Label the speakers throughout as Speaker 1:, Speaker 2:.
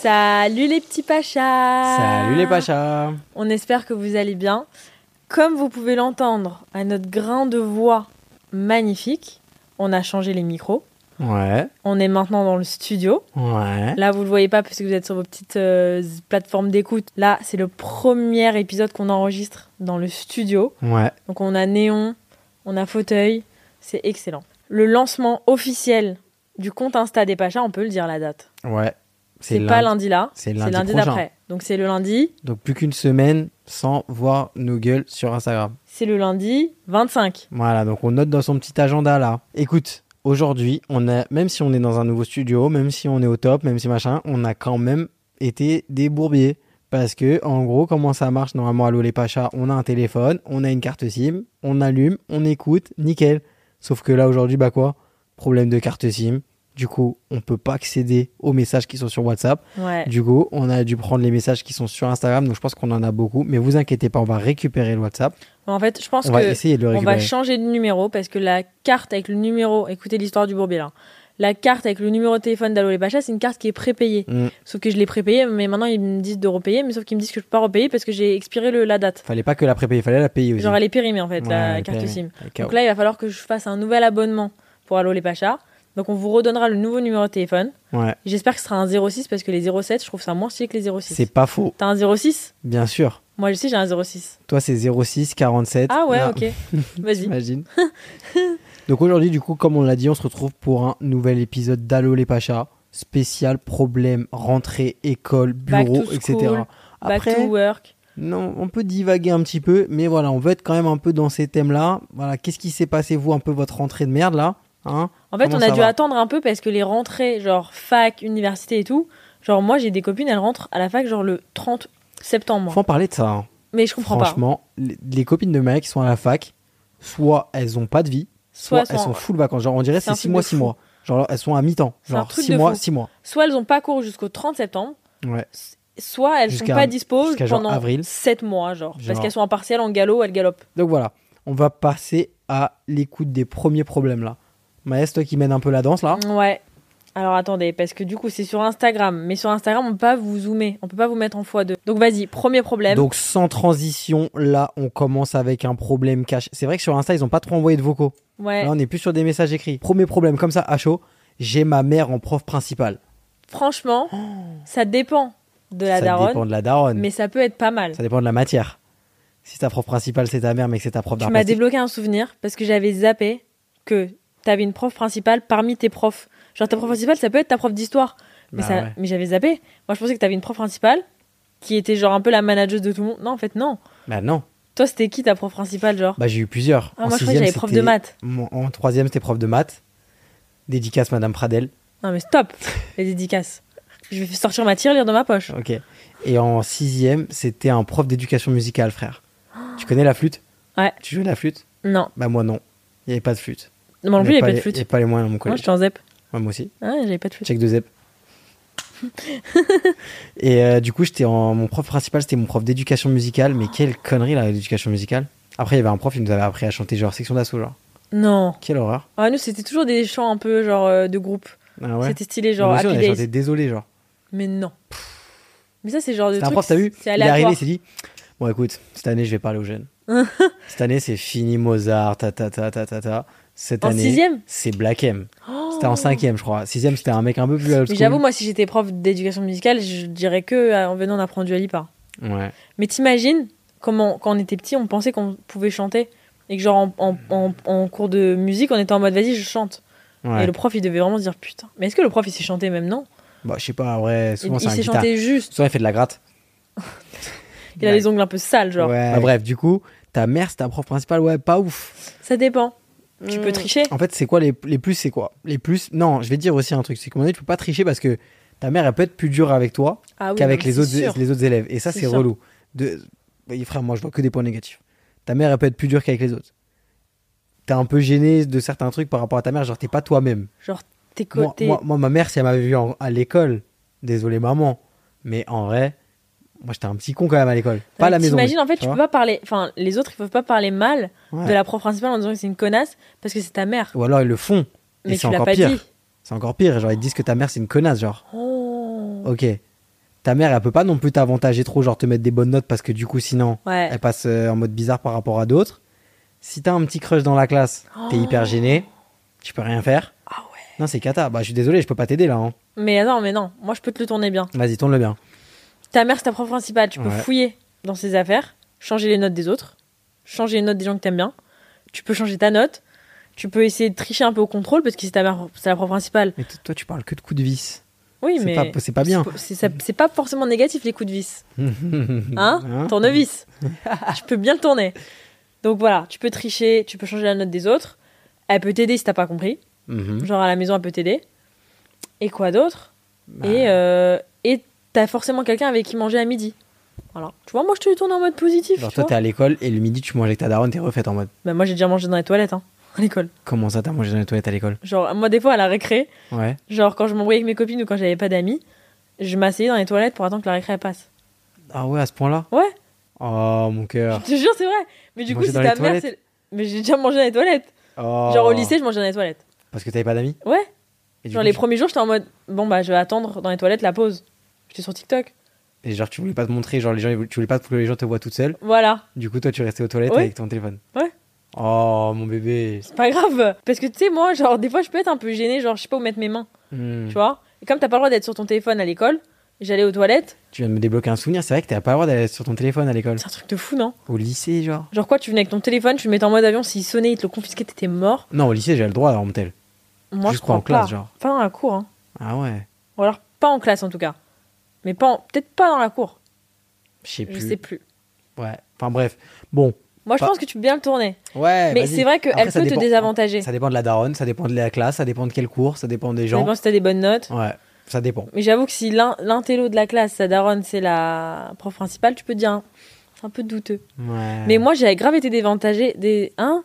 Speaker 1: Salut les petits pachas
Speaker 2: Salut les Pachas
Speaker 1: On espère que vous allez bien. Comme vous pouvez l'entendre à notre grain de voix magnifique, on a changé les micros.
Speaker 2: Ouais,
Speaker 1: On est maintenant dans le studio.
Speaker 2: ouais.
Speaker 1: Là, vous le voyez pas parce que vous êtes sur vos petites euh, plateformes d'écoute. Là, c'est le premier épisode qu'on enregistre dans le studio.
Speaker 2: Ouais,
Speaker 1: Donc on a néon, on a fauteuil, c'est excellent. Le lancement officiel du compte Insta des Pachas, on peut le dire la date.
Speaker 2: ouais.
Speaker 1: C'est pas lundi là,
Speaker 2: c'est
Speaker 1: c'est
Speaker 2: lundi
Speaker 1: lundi
Speaker 2: prochain.
Speaker 1: d'après. Donc c'est le lundi,
Speaker 2: Donc plus qu'une semaine sans voir nos gueules sur Instagram.
Speaker 1: c'est le lundi 25.
Speaker 2: Voilà, donc on note dans son petit agenda là. Écoute, aujourd'hui, on a, même si on est dans un nouveau studio, même si on est au top, même si machin, on a quand même été des bourbiers. Parce que, en gros, comment ça marche normalement à les Pacha On a un téléphone, on a une carte SIM, on allume, on écoute, nickel. Sauf que là, aujourd'hui, bah quoi Problème de carte SIM. Du coup, on peut pas accéder aux messages qui sont sur WhatsApp.
Speaker 1: Ouais.
Speaker 2: Du coup, on a dû prendre les messages qui sont sur Instagram, donc je pense qu'on en a beaucoup. Mais vous inquiétez pas, on va récupérer le WhatsApp.
Speaker 1: En fait, je pense
Speaker 2: On va
Speaker 1: que
Speaker 2: essayer de le
Speaker 1: on va
Speaker 2: récupérer.
Speaker 1: changer de numéro parce que la carte avec le numéro, écoutez l'histoire du bourbier là. La carte avec le numéro de téléphone d'Allo les Pachas, c'est une carte qui est prépayée.
Speaker 2: Mm.
Speaker 1: Sauf que je l'ai prépayée, mais maintenant ils me disent de repayer, mais sauf qu'ils me disent que je peux pas repayer parce que j'ai expiré le, la date.
Speaker 2: Fallait pas que la prépayer, fallait la payer aussi.
Speaker 1: Genre elle est périmée en fait,
Speaker 2: Ouais,
Speaker 1: la
Speaker 2: elle
Speaker 1: carte
Speaker 2: paye.
Speaker 1: SIM.
Speaker 2: Et KO.
Speaker 1: Donc là, il va falloir que je fasse un nouvel abonnement pour Allo les Pachas. Donc on vous redonnera le nouveau numéro de téléphone.
Speaker 2: Ouais,
Speaker 1: J'espère que ce sera un 06 parce que les 07, je trouve ça moins stylé que les 06.
Speaker 2: c'est pas faux,
Speaker 1: T'as un 06
Speaker 2: bien sûr.
Speaker 1: Moi je sais, j'ai un 06.
Speaker 2: Toi, c'est 06 47.
Speaker 1: Ah ouais,
Speaker 2: Là,
Speaker 1: ok. Vas-y.
Speaker 2: Imagine. donc aujourd'hui, du coup, comme on l'a dit, on se retrouve pour un nouvel épisode d'Allo les Pachas. Spécial problème, rentrée, école,
Speaker 1: Back to
Speaker 2: bureau,
Speaker 1: school,
Speaker 2: etc.
Speaker 1: Back to work.
Speaker 2: Non, on peut divaguer un petit peu, mais voilà, on veut être quand même un peu dans ces thèmes-là. Voilà, qu'est-ce qui s'est passé, vous, un peu votre rentrée de merde, là hein
Speaker 1: En fait,
Speaker 2: Comment
Speaker 1: on a
Speaker 2: ça
Speaker 1: dû
Speaker 2: va
Speaker 1: attendre un peu parce que les rentrées, genre fac, université et tout, genre moi j'ai des copines, elles rentrent à la fac genre le 30 septembre.
Speaker 2: Faut en parler de ça. hein.
Speaker 1: Mais je comprends pas.
Speaker 2: Franchement, les, les copines de Maria qui sont à la fac, soit elles ont pas de vie,
Speaker 1: Soit,
Speaker 2: soit,
Speaker 1: elles
Speaker 2: elles
Speaker 1: sont-
Speaker 2: sont full vacances. Genre, on dirait
Speaker 1: C'est un
Speaker 2: c'est 6
Speaker 1: truc
Speaker 2: mois,
Speaker 1: de
Speaker 2: 6
Speaker 1: fou.
Speaker 2: mois. Genre, elles sont à mi-temps.
Speaker 1: C'est un
Speaker 2: Genre,
Speaker 1: truc
Speaker 2: 6
Speaker 1: de
Speaker 2: mois,
Speaker 1: fou.
Speaker 2: 6 mois.
Speaker 1: soit elles ont pas cours jusqu'au 30 septembre,
Speaker 2: Ouais.
Speaker 1: soit elles sont
Speaker 2: Jusqu'à-
Speaker 1: pas dispo
Speaker 2: jusqu'à genre
Speaker 1: pendant
Speaker 2: avril.
Speaker 1: 7 mois, genre. Parce
Speaker 2: Genre.
Speaker 1: qu'elles sont en partiel, en galop, elles galopent.
Speaker 2: Donc voilà, on va passer à l'écoute des premiers problèmes, là. Maës, toi qui mène un peu la danse, là.
Speaker 1: Ouais. Alors attendez, parce que du coup c'est sur Instagram, mais sur Instagram on peut pas vous zoomer, on peut pas vous mettre en x2. Donc vas-y, premier problème.
Speaker 2: Donc sans transition, là on commence avec un problème cache. C'est vrai que sur Insta ils ont pas trop envoyé de vocaux.
Speaker 1: ouais.
Speaker 2: Là on est plus sur des messages écrits. Premier problème comme ça à chaud, j'ai ma mère en prof principale.
Speaker 1: Franchement, ça dépend de la
Speaker 2: Oh. ça
Speaker 1: daronne,
Speaker 2: dépend de la daronne.
Speaker 1: mais ça peut être pas mal.
Speaker 2: Ça dépend de la matière. Si ta prof principale c'est ta mère, mais que c'est ta prof
Speaker 1: Tu
Speaker 2: d'art
Speaker 1: m'as
Speaker 2: plastique.
Speaker 1: débloqué un souvenir parce que j'avais zappé que t'avais une prof principale parmi tes profs. Genre ta prof principale, ça peut être ta prof d'histoire. Mais,
Speaker 2: Euh, Bah
Speaker 1: ça,
Speaker 2: ouais.
Speaker 1: mais j'avais zappé. Moi, je pensais que t'avais une prof principale qui était genre un peu la manageuse de tout le monde. Non, en fait, non.
Speaker 2: Bah non,
Speaker 1: Toi, c'était qui ta prof principale, genre
Speaker 2: bah j'ai eu plusieurs.
Speaker 1: Ah,
Speaker 2: en
Speaker 1: Moi, je croyais
Speaker 2: sixième,
Speaker 1: que j'avais prof de
Speaker 2: c'était-
Speaker 1: maths.
Speaker 2: Mon- En troisième c'était prof de maths. Dédicace Madame Pradel.
Speaker 1: Non, mais stop les dédicaces. Je vais sortir ma tirelire de ma poche.
Speaker 2: Ok. Et en sixième c'était un prof d'éducation musicale, frère. Tu connais la flûte
Speaker 1: Ouais.
Speaker 2: Tu joues de la flûte
Speaker 1: Non,
Speaker 2: Bah moi non. Il y avait pas de flûte.
Speaker 1: non, moi non plus, j'avais
Speaker 2: Il y
Speaker 1: pas de
Speaker 2: les- il y
Speaker 1: flûte.
Speaker 2: avait pas les moyens dans mon
Speaker 1: Moi,
Speaker 2: collège.
Speaker 1: j'étais en zep.
Speaker 2: Ouais, moi aussi.
Speaker 1: Ah, j'avais pas de flûte.
Speaker 2: Check de Zep. et euh, du coup, j'étais en mon prof principal, c'était mon prof d'éducation musicale. Mais quelle connerie là, l'éducation musicale. Après, il y avait un prof, il nous avait appris à chanter genre section d'assaut, genre.
Speaker 1: Non.
Speaker 2: Quelle horreur.
Speaker 1: Ah, nous, c'était toujours des chants un peu genre euh, de groupe.
Speaker 2: Ah ouais.
Speaker 1: C'était stylé, genre
Speaker 2: Nous aussi, on
Speaker 1: Happy
Speaker 2: avait
Speaker 1: Days.
Speaker 2: chanté désolé, genre.
Speaker 1: Mais non. Mais ça, c'est genre de
Speaker 2: C'est un
Speaker 1: truc.
Speaker 2: prof, t'as vu Il
Speaker 1: C'est
Speaker 2: est
Speaker 1: aléatoire.
Speaker 2: arrivé, il s'est dit Bon, écoute, cette année, je vais parler aux jeunes. cette année, c'est fini Mozart, ta ta ta ta ta ta. Cette
Speaker 1: En
Speaker 2: année,
Speaker 1: sixième
Speaker 2: c'est Black M.
Speaker 1: Oh.
Speaker 2: C'était en cinquième, je crois. Sixième, c'était un mec un peu plus old
Speaker 1: Mais
Speaker 2: school.
Speaker 1: j'avoue, moi, si j'étais prof d'éducation musicale, je dirais que euh, en venant, on apprend du Alipa.
Speaker 2: Ouais.
Speaker 1: Mais t'imagines comment, quand on était petit, on pensait qu'on pouvait chanter. Et que, genre, en, en- en- en cours de musique, on était en mode vas-y, je chante.
Speaker 2: ouais.
Speaker 1: Et le prof, il devait vraiment se dire putain. Mais est-ce que le prof, il sait chanter même Non.
Speaker 2: Bah, je sais pas, en vrai,
Speaker 1: Il,
Speaker 2: souvent,
Speaker 1: il
Speaker 2: c'est un
Speaker 1: sait
Speaker 2: guitare.
Speaker 1: chanter juste.
Speaker 2: Souvent, il fait de la gratte.
Speaker 1: Il a les ongles un peu sales, genre.
Speaker 2: Bah, bref, du coup, Ta mère, c'est ta prof principale, ouais, pas ouf.
Speaker 1: Ça dépend. Tu peux tricher.
Speaker 2: En fait, c'est quoi les, les plus C'est quoi Les plus Non, je vais te dire aussi un truc, c'est que donné, tu peux pas tricher parce que ta mère, elle peut être plus dure avec toi
Speaker 1: Ah oui,
Speaker 2: qu'avec
Speaker 1: non,
Speaker 2: les
Speaker 1: c'est
Speaker 2: autres,
Speaker 1: sûr.
Speaker 2: les autres élèves. Et ça,
Speaker 1: C'est
Speaker 2: c'est
Speaker 1: sûr.
Speaker 2: relou. De... bah, Frère, moi, je vois que des points négatifs. Ta mère, elle peut être plus dure qu'avec les autres. T'es un peu gêné de certains trucs par rapport à ta mère, genre t'es pas toi-même.
Speaker 1: Genre, tes
Speaker 2: Moi,
Speaker 1: côtés.
Speaker 2: moi- moi, ma mère, si elle m'avait vu en- à l'école, désolé maman, mais en vrai, moi j'étais un petit con quand même à l'école. Pas à la maison.
Speaker 1: T'imagines,
Speaker 2: mais-
Speaker 1: en fait, tu peux pas parler. Enfin, les autres, ils peuvent pas parler mal
Speaker 2: vois
Speaker 1: de
Speaker 2: Ouais.
Speaker 1: la prof principale en disant que c'est une connasse parce que c'est ta mère.
Speaker 2: Ou alors ils le font.
Speaker 1: Mais
Speaker 2: et c'est
Speaker 1: tu l'as
Speaker 2: encore
Speaker 1: pas
Speaker 2: pire.
Speaker 1: dit.
Speaker 2: C'est encore pire. Genre ils te disent que ta mère c'est une connasse, genre.
Speaker 1: Oh.
Speaker 2: Ok. Ta mère, elle peut pas non plus t'avantager trop, genre te mettre des bonnes notes parce que du coup, sinon,
Speaker 1: Ouais.
Speaker 2: elle passe euh, en mode bizarre par rapport à d'autres. Si t'as un petit crush dans la classe, t'es
Speaker 1: Oh.
Speaker 2: hyper gêné, tu peux rien faire.
Speaker 1: Ah ouais.
Speaker 2: Non, c'est cata. Bah, je suis désolé, je peux pas t'aider là. hein.
Speaker 1: Mais attends, mais non. Moi, je peux te le tourner bien.
Speaker 2: Vas-y, tourne le bien.
Speaker 1: Ta mère, c'est ta prof principale. Tu peux
Speaker 2: Ouais.
Speaker 1: fouiller dans ses affaires, changer les notes des autres, changer les notes des gens que t'aimes bien. Tu peux changer ta note. Tu peux essayer de tricher un peu au contrôle parce que c'est ta mère, c'est la prof principale.
Speaker 2: Mais t- toi, tu parles que de coups de vis.
Speaker 1: Oui,
Speaker 2: C'est
Speaker 1: mais
Speaker 2: pas- c'est pas bien.
Speaker 1: C'est ça- c'est pas forcément négatif les coups de vis. Hein,
Speaker 2: Hein
Speaker 1: Tournevis. tu peux bien le tourner. Donc voilà, tu peux tricher, tu peux changer la note des autres. Elle peut t'aider si t'as pas compris.
Speaker 2: Mhm.
Speaker 1: Genre à la maison, elle peut t'aider. Et quoi d'autre
Speaker 2: Bah.
Speaker 1: Et euh, et t'as forcément quelqu'un avec qui manger à midi. Voilà. Tu vois, moi je te le tourne en mode positif.
Speaker 2: Genre,
Speaker 1: tu
Speaker 2: toi,
Speaker 1: vois.
Speaker 2: t'es à l'école et le midi, tu manges avec ta daronne, t'es refaite en mode.
Speaker 1: Bah, moi j'ai déjà mangé dans les toilettes hein, à l'école.
Speaker 2: Comment ça, t'as mangé dans les toilettes à l'école
Speaker 1: Genre, moi des fois à la récré,
Speaker 2: Ouais.
Speaker 1: genre quand je m'embrouillais avec mes copines ou quand j'avais pas d'amis, je m'asseyais dans les toilettes pour attendre que la récré elle passe.
Speaker 2: Ah ouais, à ce point-là
Speaker 1: Ouais,
Speaker 2: Oh, mon cœur.
Speaker 1: je te jure, c'est vrai. Mais du coup,
Speaker 2: Manger
Speaker 1: si
Speaker 2: dans les
Speaker 1: ta mère,
Speaker 2: toilettes
Speaker 1: c'est. Mais j'ai déjà mangé dans les toilettes.
Speaker 2: Oh.
Speaker 1: Genre au lycée, je mangeais dans les toilettes.
Speaker 2: Parce que t'avais pas d'amis
Speaker 1: Ouais.
Speaker 2: Et du
Speaker 1: Genre
Speaker 2: coup,
Speaker 1: les
Speaker 2: tu-
Speaker 1: premiers jours, j'étais en mode bon bah je vais attendre dans les toilettes la pause. J'étais sur TikTok.
Speaker 2: Et genre, tu voulais pas te montrer, genre, les gens, ils voulaient- tu voulais pas que les gens te voient toute seule.
Speaker 1: Voilà,
Speaker 2: Du coup, toi, tu restais aux toilettes
Speaker 1: Ouais.
Speaker 2: avec ton téléphone.
Speaker 1: Ouais.
Speaker 2: Oh, mon bébé.
Speaker 1: c'est pas grave. Parce que tu sais, moi, genre des fois, je peux être un peu gênée, genre je sais pas où mettre mes mains.
Speaker 2: Hmm.
Speaker 1: Tu vois Et comme t'as pas le droit d'être sur ton téléphone à l'école, j'allais aux toilettes.
Speaker 2: Tu viens de me débloquer un souvenir. C'est vrai que t'as pas le droit d'aller sur ton téléphone à l'école.
Speaker 1: C'est un truc de fou, non
Speaker 2: Au lycée, genre
Speaker 1: Genre quoi, tu venais avec ton téléphone, tu le mettais en mode avion, s'il sonnait, il te le confisquait, t'étais mort.
Speaker 2: Non, au lycée, j'avais le droit, alors, en tel.
Speaker 1: Moi,
Speaker 2: Juste
Speaker 1: je crois
Speaker 2: pas en classe,
Speaker 1: pas.
Speaker 2: genre.
Speaker 1: Pas dans la cour, hein.
Speaker 2: Ah ouais.
Speaker 1: Ou alors pas en classe en tout cas. Mais pas en- peut-être pas dans la cour.
Speaker 2: Je sais
Speaker 1: Je
Speaker 2: plus.
Speaker 1: sais plus.
Speaker 2: Ouais. Enfin, bref. Bon.
Speaker 1: Moi, je
Speaker 2: Pas-
Speaker 1: pense que tu peux bien le tourner.
Speaker 2: Ouais.
Speaker 1: Mais
Speaker 2: vas-y.
Speaker 1: c'est vrai qu'elle
Speaker 2: Après,
Speaker 1: peut
Speaker 2: ça
Speaker 1: te
Speaker 2: dépend-
Speaker 1: désavantager.
Speaker 2: Ça dépend de la daronne, ça dépend de la classe, ça dépend de quel cours, ça dépend des
Speaker 1: Je
Speaker 2: gens.
Speaker 1: pense que t'as des bonnes notes.
Speaker 2: Ouais. Ça dépend.
Speaker 1: Mais j'avoue que si l'in- l'intello de la classe, sa daronne, c'est la prof principale, tu peux te dire, hein, c'est un peu douteux.
Speaker 2: Ouais.
Speaker 1: Mais moi, j'avais grave été dévantagée. Des, hein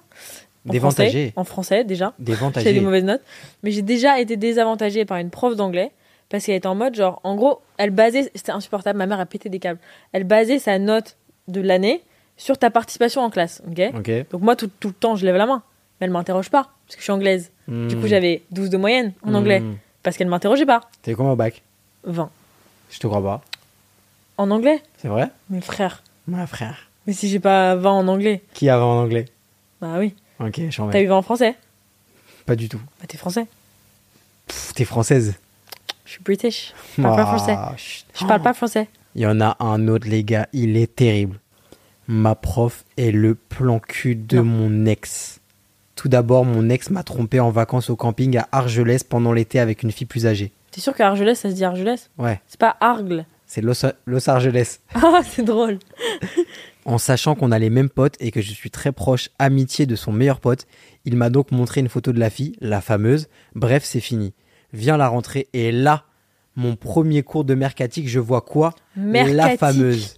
Speaker 1: En
Speaker 2: Dévantagée.
Speaker 1: français- En français, déjà. J'avais des
Speaker 2: Dévantagé.
Speaker 1: mauvaises notes. Mais j'ai déjà été désavantagée par une prof d'anglais. Parce qu'elle était en mode, genre, en gros, elle basait. C'était insupportable, ma mère a pété des câbles. Elle basait sa note de l'année sur ta participation en classe. ok
Speaker 2: Ok.
Speaker 1: Donc moi, tout, tout le temps, je lève la main. Mais elle m'interroge pas, parce que je suis anglaise. Du
Speaker 2: Hmm.
Speaker 1: coup, j'avais 12 de moyenne en anglais, parce qu'elle m'interrogeait pas.
Speaker 2: T'es comment au bac
Speaker 1: 20.
Speaker 2: Je te crois pas.
Speaker 1: En anglais
Speaker 2: C'est vrai
Speaker 1: Mes frères.
Speaker 2: Ma frère.
Speaker 1: Mais si j'ai pas 20 en anglais
Speaker 2: Qui avait en anglais
Speaker 1: Bah oui.
Speaker 2: Ok, je suis en
Speaker 1: T'as eu 20 en français
Speaker 2: Pas du tout.
Speaker 1: Bah t'es français.
Speaker 2: Pff, T'es française.
Speaker 1: Je suis british. Je parle pas
Speaker 2: Ah,
Speaker 1: français.
Speaker 2: chut.
Speaker 1: Je parle pas français.
Speaker 2: Il y en a un autre, les gars, il est terrible. Ma prof est le plan cul de mon ex. Tout d'abord, mon ex m'a trompé en vacances au camping à Argelès pendant l'été avec une fille plus âgée.
Speaker 1: T'es sûr qu'à Argelès, ça se dit Argelès
Speaker 2: Ouais,
Speaker 1: C'est pas Argle.
Speaker 2: c'est Los, Los Argelès.
Speaker 1: Ah, c'est drôle.
Speaker 2: En sachant qu'on a les mêmes potes et que je suis très proche amitié de son meilleur pote, il m'a donc montré une photo de la fille, la fameuse. Bref, c'est fini. Vient la rentrée et là, mon premier cours de mercatique, je vois quoi La
Speaker 1: Mercatique.
Speaker 2: fameuse.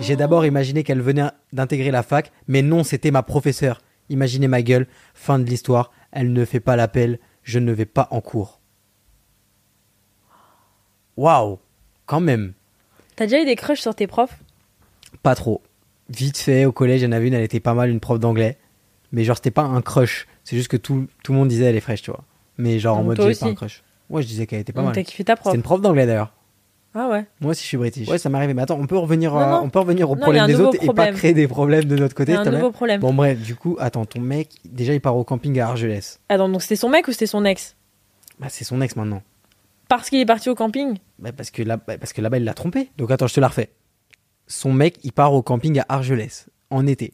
Speaker 2: J'ai d'abord imaginé qu'elle venait d'intégrer la fac, mais non, c'était ma professeure. Imaginez ma gueule, fin de l'histoire, elle ne fait pas l'appel, je ne vais pas en cours. Waouh, quand même.
Speaker 1: T'as déjà eu des crushs sur tes profs
Speaker 2: Pas trop. Vite fait, au collège, il y en avait une, elle était pas mal, une prof d'anglais. Mais genre, c'était pas un crush. C'est juste que tout, tout le monde disait elle est fraîche, tu vois. Mais genre, en
Speaker 1: Donc
Speaker 2: mode,
Speaker 1: toi
Speaker 2: j'ai pas
Speaker 1: aussi.
Speaker 2: un crush. Ouais, je disais qu'elle était pas
Speaker 1: Donc
Speaker 2: mal.
Speaker 1: t'as kiffé ta prof
Speaker 2: C'était une prof d'anglais d'ailleurs.
Speaker 1: Ah ouais.
Speaker 2: Moi aussi, je suis british. Ouais, ça m'arrivait. Mais attends, on peut revenir,
Speaker 1: Non,
Speaker 2: euh,
Speaker 1: non.
Speaker 2: on peut revenir au
Speaker 1: Non, il y a
Speaker 2: problème
Speaker 1: un
Speaker 2: des
Speaker 1: nouveau
Speaker 2: autres et
Speaker 1: problème.
Speaker 2: pas créer des problèmes de notre côté.
Speaker 1: T'as un
Speaker 2: s'il te plaît.
Speaker 1: nouveau problème.
Speaker 2: Bon, bref, du coup, attends, ton mec, déjà, il part au camping à Argelès.
Speaker 1: Attends, donc c'était son mec ou c'était son ex
Speaker 2: Bah, c'est son ex maintenant.
Speaker 1: Parce qu'il est parti au camping
Speaker 2: Bah, parce que là, bah, parce que là-bas, il l'a trompé. Donc attends, je te la refais. Son mec, il part au camping à Argelès en été.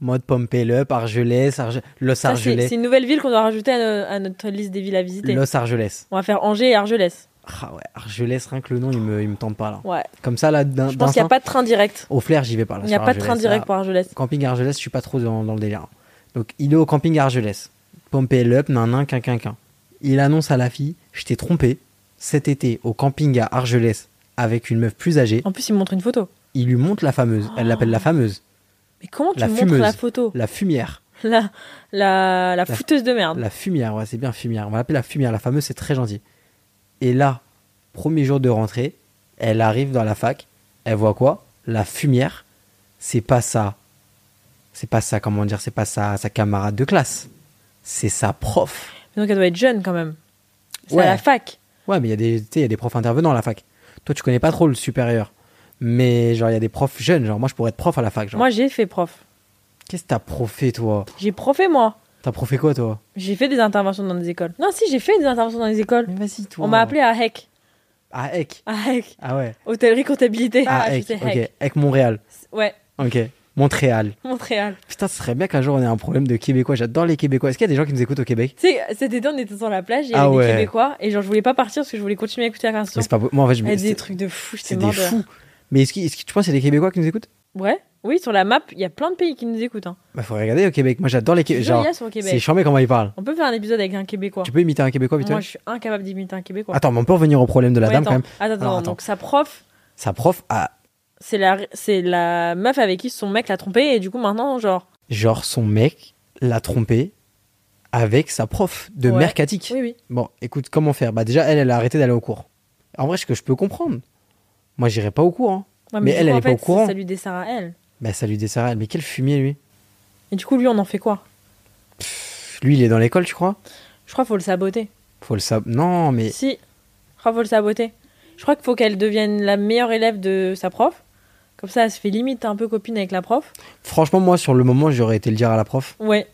Speaker 2: Mode Pompey up, Argelès, Arge- Los
Speaker 1: Ça, c'est
Speaker 2: Argelès,
Speaker 1: c'est une nouvelle ville qu'on doit rajouter à, no- à notre liste des villes à visiter.
Speaker 2: Los Argelès.
Speaker 1: On va faire Angers et Argelès.
Speaker 2: Ah ouais, alors je laisse rien que le nom, il me, il me tente pas là.
Speaker 1: Ouais.
Speaker 2: Comme ça, là, d'un
Speaker 1: Je pense qu'il n'y a
Speaker 2: d'instinct,
Speaker 1: pas de train direct.
Speaker 2: au flair, j'y vais pas là.
Speaker 1: Il n'y a
Speaker 2: sur
Speaker 1: pas de train
Speaker 2: Argelès,
Speaker 1: direct
Speaker 2: là.
Speaker 1: pour Argelès.
Speaker 2: Camping Argelès, je suis pas trop dans, dans le délire. hein. Donc, il est au camping Argelès. Pompé l'up, nan nan, quin, quin, quin. Il annonce à la fille Je t'ai trompé. Cet été, au camping à Argelès, avec une meuf plus âgée,
Speaker 1: En plus, il me montre une photo.
Speaker 2: il lui montre la fameuse. Elle l'appelle la fameuse.
Speaker 1: Mais comment tu
Speaker 2: La
Speaker 1: montres
Speaker 2: fumeuse.
Speaker 1: la photo
Speaker 2: La fumière.
Speaker 1: la, la, la
Speaker 2: La-
Speaker 1: fouteuse de merde.
Speaker 2: La fumière, ouais, c'est bien fumière. On va l'appeler la fumière. La fameuse, c'est très gentil. Et là, premier jour de rentrée, elle arrive dans la fac. Elle voit quoi La fumière. C'est pas ça. C'est pas ça, comment dire C'est pas sa, sa camarade de classe. C'est sa prof.
Speaker 1: Mais Donc elle doit être jeune quand même. C'est
Speaker 2: Ouais.
Speaker 1: à la fac.
Speaker 2: Ouais, mais il y, a des- tu sais, il y a des profs intervenants à la fac. Toi, tu connais pas trop le supérieur. Mais genre, il y a des profs jeunes. Genre, moi, je pourrais être prof à la fac. Genre,
Speaker 1: Moi, j'ai fait prof.
Speaker 2: qu'est-ce que t'as profé, toi
Speaker 1: J'ai profé, moi.
Speaker 2: T'as profé quoi, toi
Speaker 1: J'ai fait des interventions dans des écoles. Non, si, j'ai fait des interventions dans des écoles.
Speaker 2: vas-y, toi.
Speaker 1: On m'a appelé à HEC.
Speaker 2: À Eck.
Speaker 1: À HEC.
Speaker 2: Ah ouais.
Speaker 1: Hôtellerie comptabilité.
Speaker 2: à
Speaker 1: Ah, je
Speaker 2: Eck.
Speaker 1: sais,
Speaker 2: Ah, Ok, Eck, Montréal.
Speaker 1: Ouais,
Speaker 2: Ok. Montréal.
Speaker 1: Montréal.
Speaker 2: Putain, ce serait bien qu'un jour on ait un problème de Québécois. J'adore les Québécois. Est-ce qu'il y a des gens qui nous écoutent au Québec
Speaker 1: Tu sais, cet été, on était sur la plage, il y
Speaker 2: Ah
Speaker 1: avait des
Speaker 2: ouais.
Speaker 1: Québécois, et genre, je voulais pas partir parce que je voulais continuer à écouter la
Speaker 2: Mais
Speaker 1: canción.
Speaker 2: c'est pas beau. Moi, en fait, je
Speaker 1: Elle
Speaker 2: me.
Speaker 1: disait des
Speaker 2: C'est
Speaker 1: trucs de fou, j'étais
Speaker 2: c'est des
Speaker 1: mort de rire.
Speaker 2: fous. Mais est-ce, qu'il- est-ce que tu penses qu'il y a des Québécois qui nous écoutent
Speaker 1: Ouais, oui, sur la map, il y a plein de pays qui nous écoutent. Hein.
Speaker 2: Bah, faut regarder au Québec. Moi, j'adore les
Speaker 1: Je te
Speaker 2: Québécois.
Speaker 1: jure, il y
Speaker 2: Genre,
Speaker 1: a sur le
Speaker 2: c'est
Speaker 1: Québec.
Speaker 2: charmé comment ils parlent.
Speaker 1: On peut faire un épisode avec un Québécois.
Speaker 2: Tu peux imiter un Québécois, vite
Speaker 1: Moi,
Speaker 2: fait
Speaker 1: je suis incapable d'imiter un Québécois.
Speaker 2: Attends, mais on peut revenir au problème de la
Speaker 1: Ouais,
Speaker 2: dame
Speaker 1: attends.
Speaker 2: quand même.
Speaker 1: Attends,
Speaker 2: Alors,
Speaker 1: attends,
Speaker 2: attends.
Speaker 1: donc sa prof,
Speaker 2: Sa prof a
Speaker 1: c'est la, c'est la meuf avec qui son mec l'a trompée, et du coup, maintenant, genre.
Speaker 2: genre son mec l'a trompé avec sa prof de
Speaker 1: Ouais.
Speaker 2: mercatique.
Speaker 1: Oui, oui.
Speaker 2: Bon, écoute, comment faire Bah déjà, elle, elle a arrêté d'aller au cours. En vrai, ce que je peux comprendre. Moi, j'irai pas au cours. hein.
Speaker 1: Ouais,
Speaker 2: Mais
Speaker 1: du
Speaker 2: elle,
Speaker 1: coup,
Speaker 2: elle
Speaker 1: en
Speaker 2: est pas au
Speaker 1: fait,
Speaker 2: courant.
Speaker 1: Ça lui dessert à elle.
Speaker 2: Bah ça lui dessert à elle. Mais quel fumier lui
Speaker 1: Et du coup, lui, on en fait quoi
Speaker 2: Pff, Lui, il est dans l'école, tu crois
Speaker 1: Je crois qu'il faut le saboter.
Speaker 2: Faut le savoir. Non, mais
Speaker 1: Si, je crois qu'il faut le saboter. Je crois qu'il faut qu'elle devienne la meilleure élève de sa prof. Comme ça, elle se fait limite un peu copine avec la prof.
Speaker 2: franchement, moi, sur le moment, j'aurais été le dire à la prof
Speaker 1: Ouais,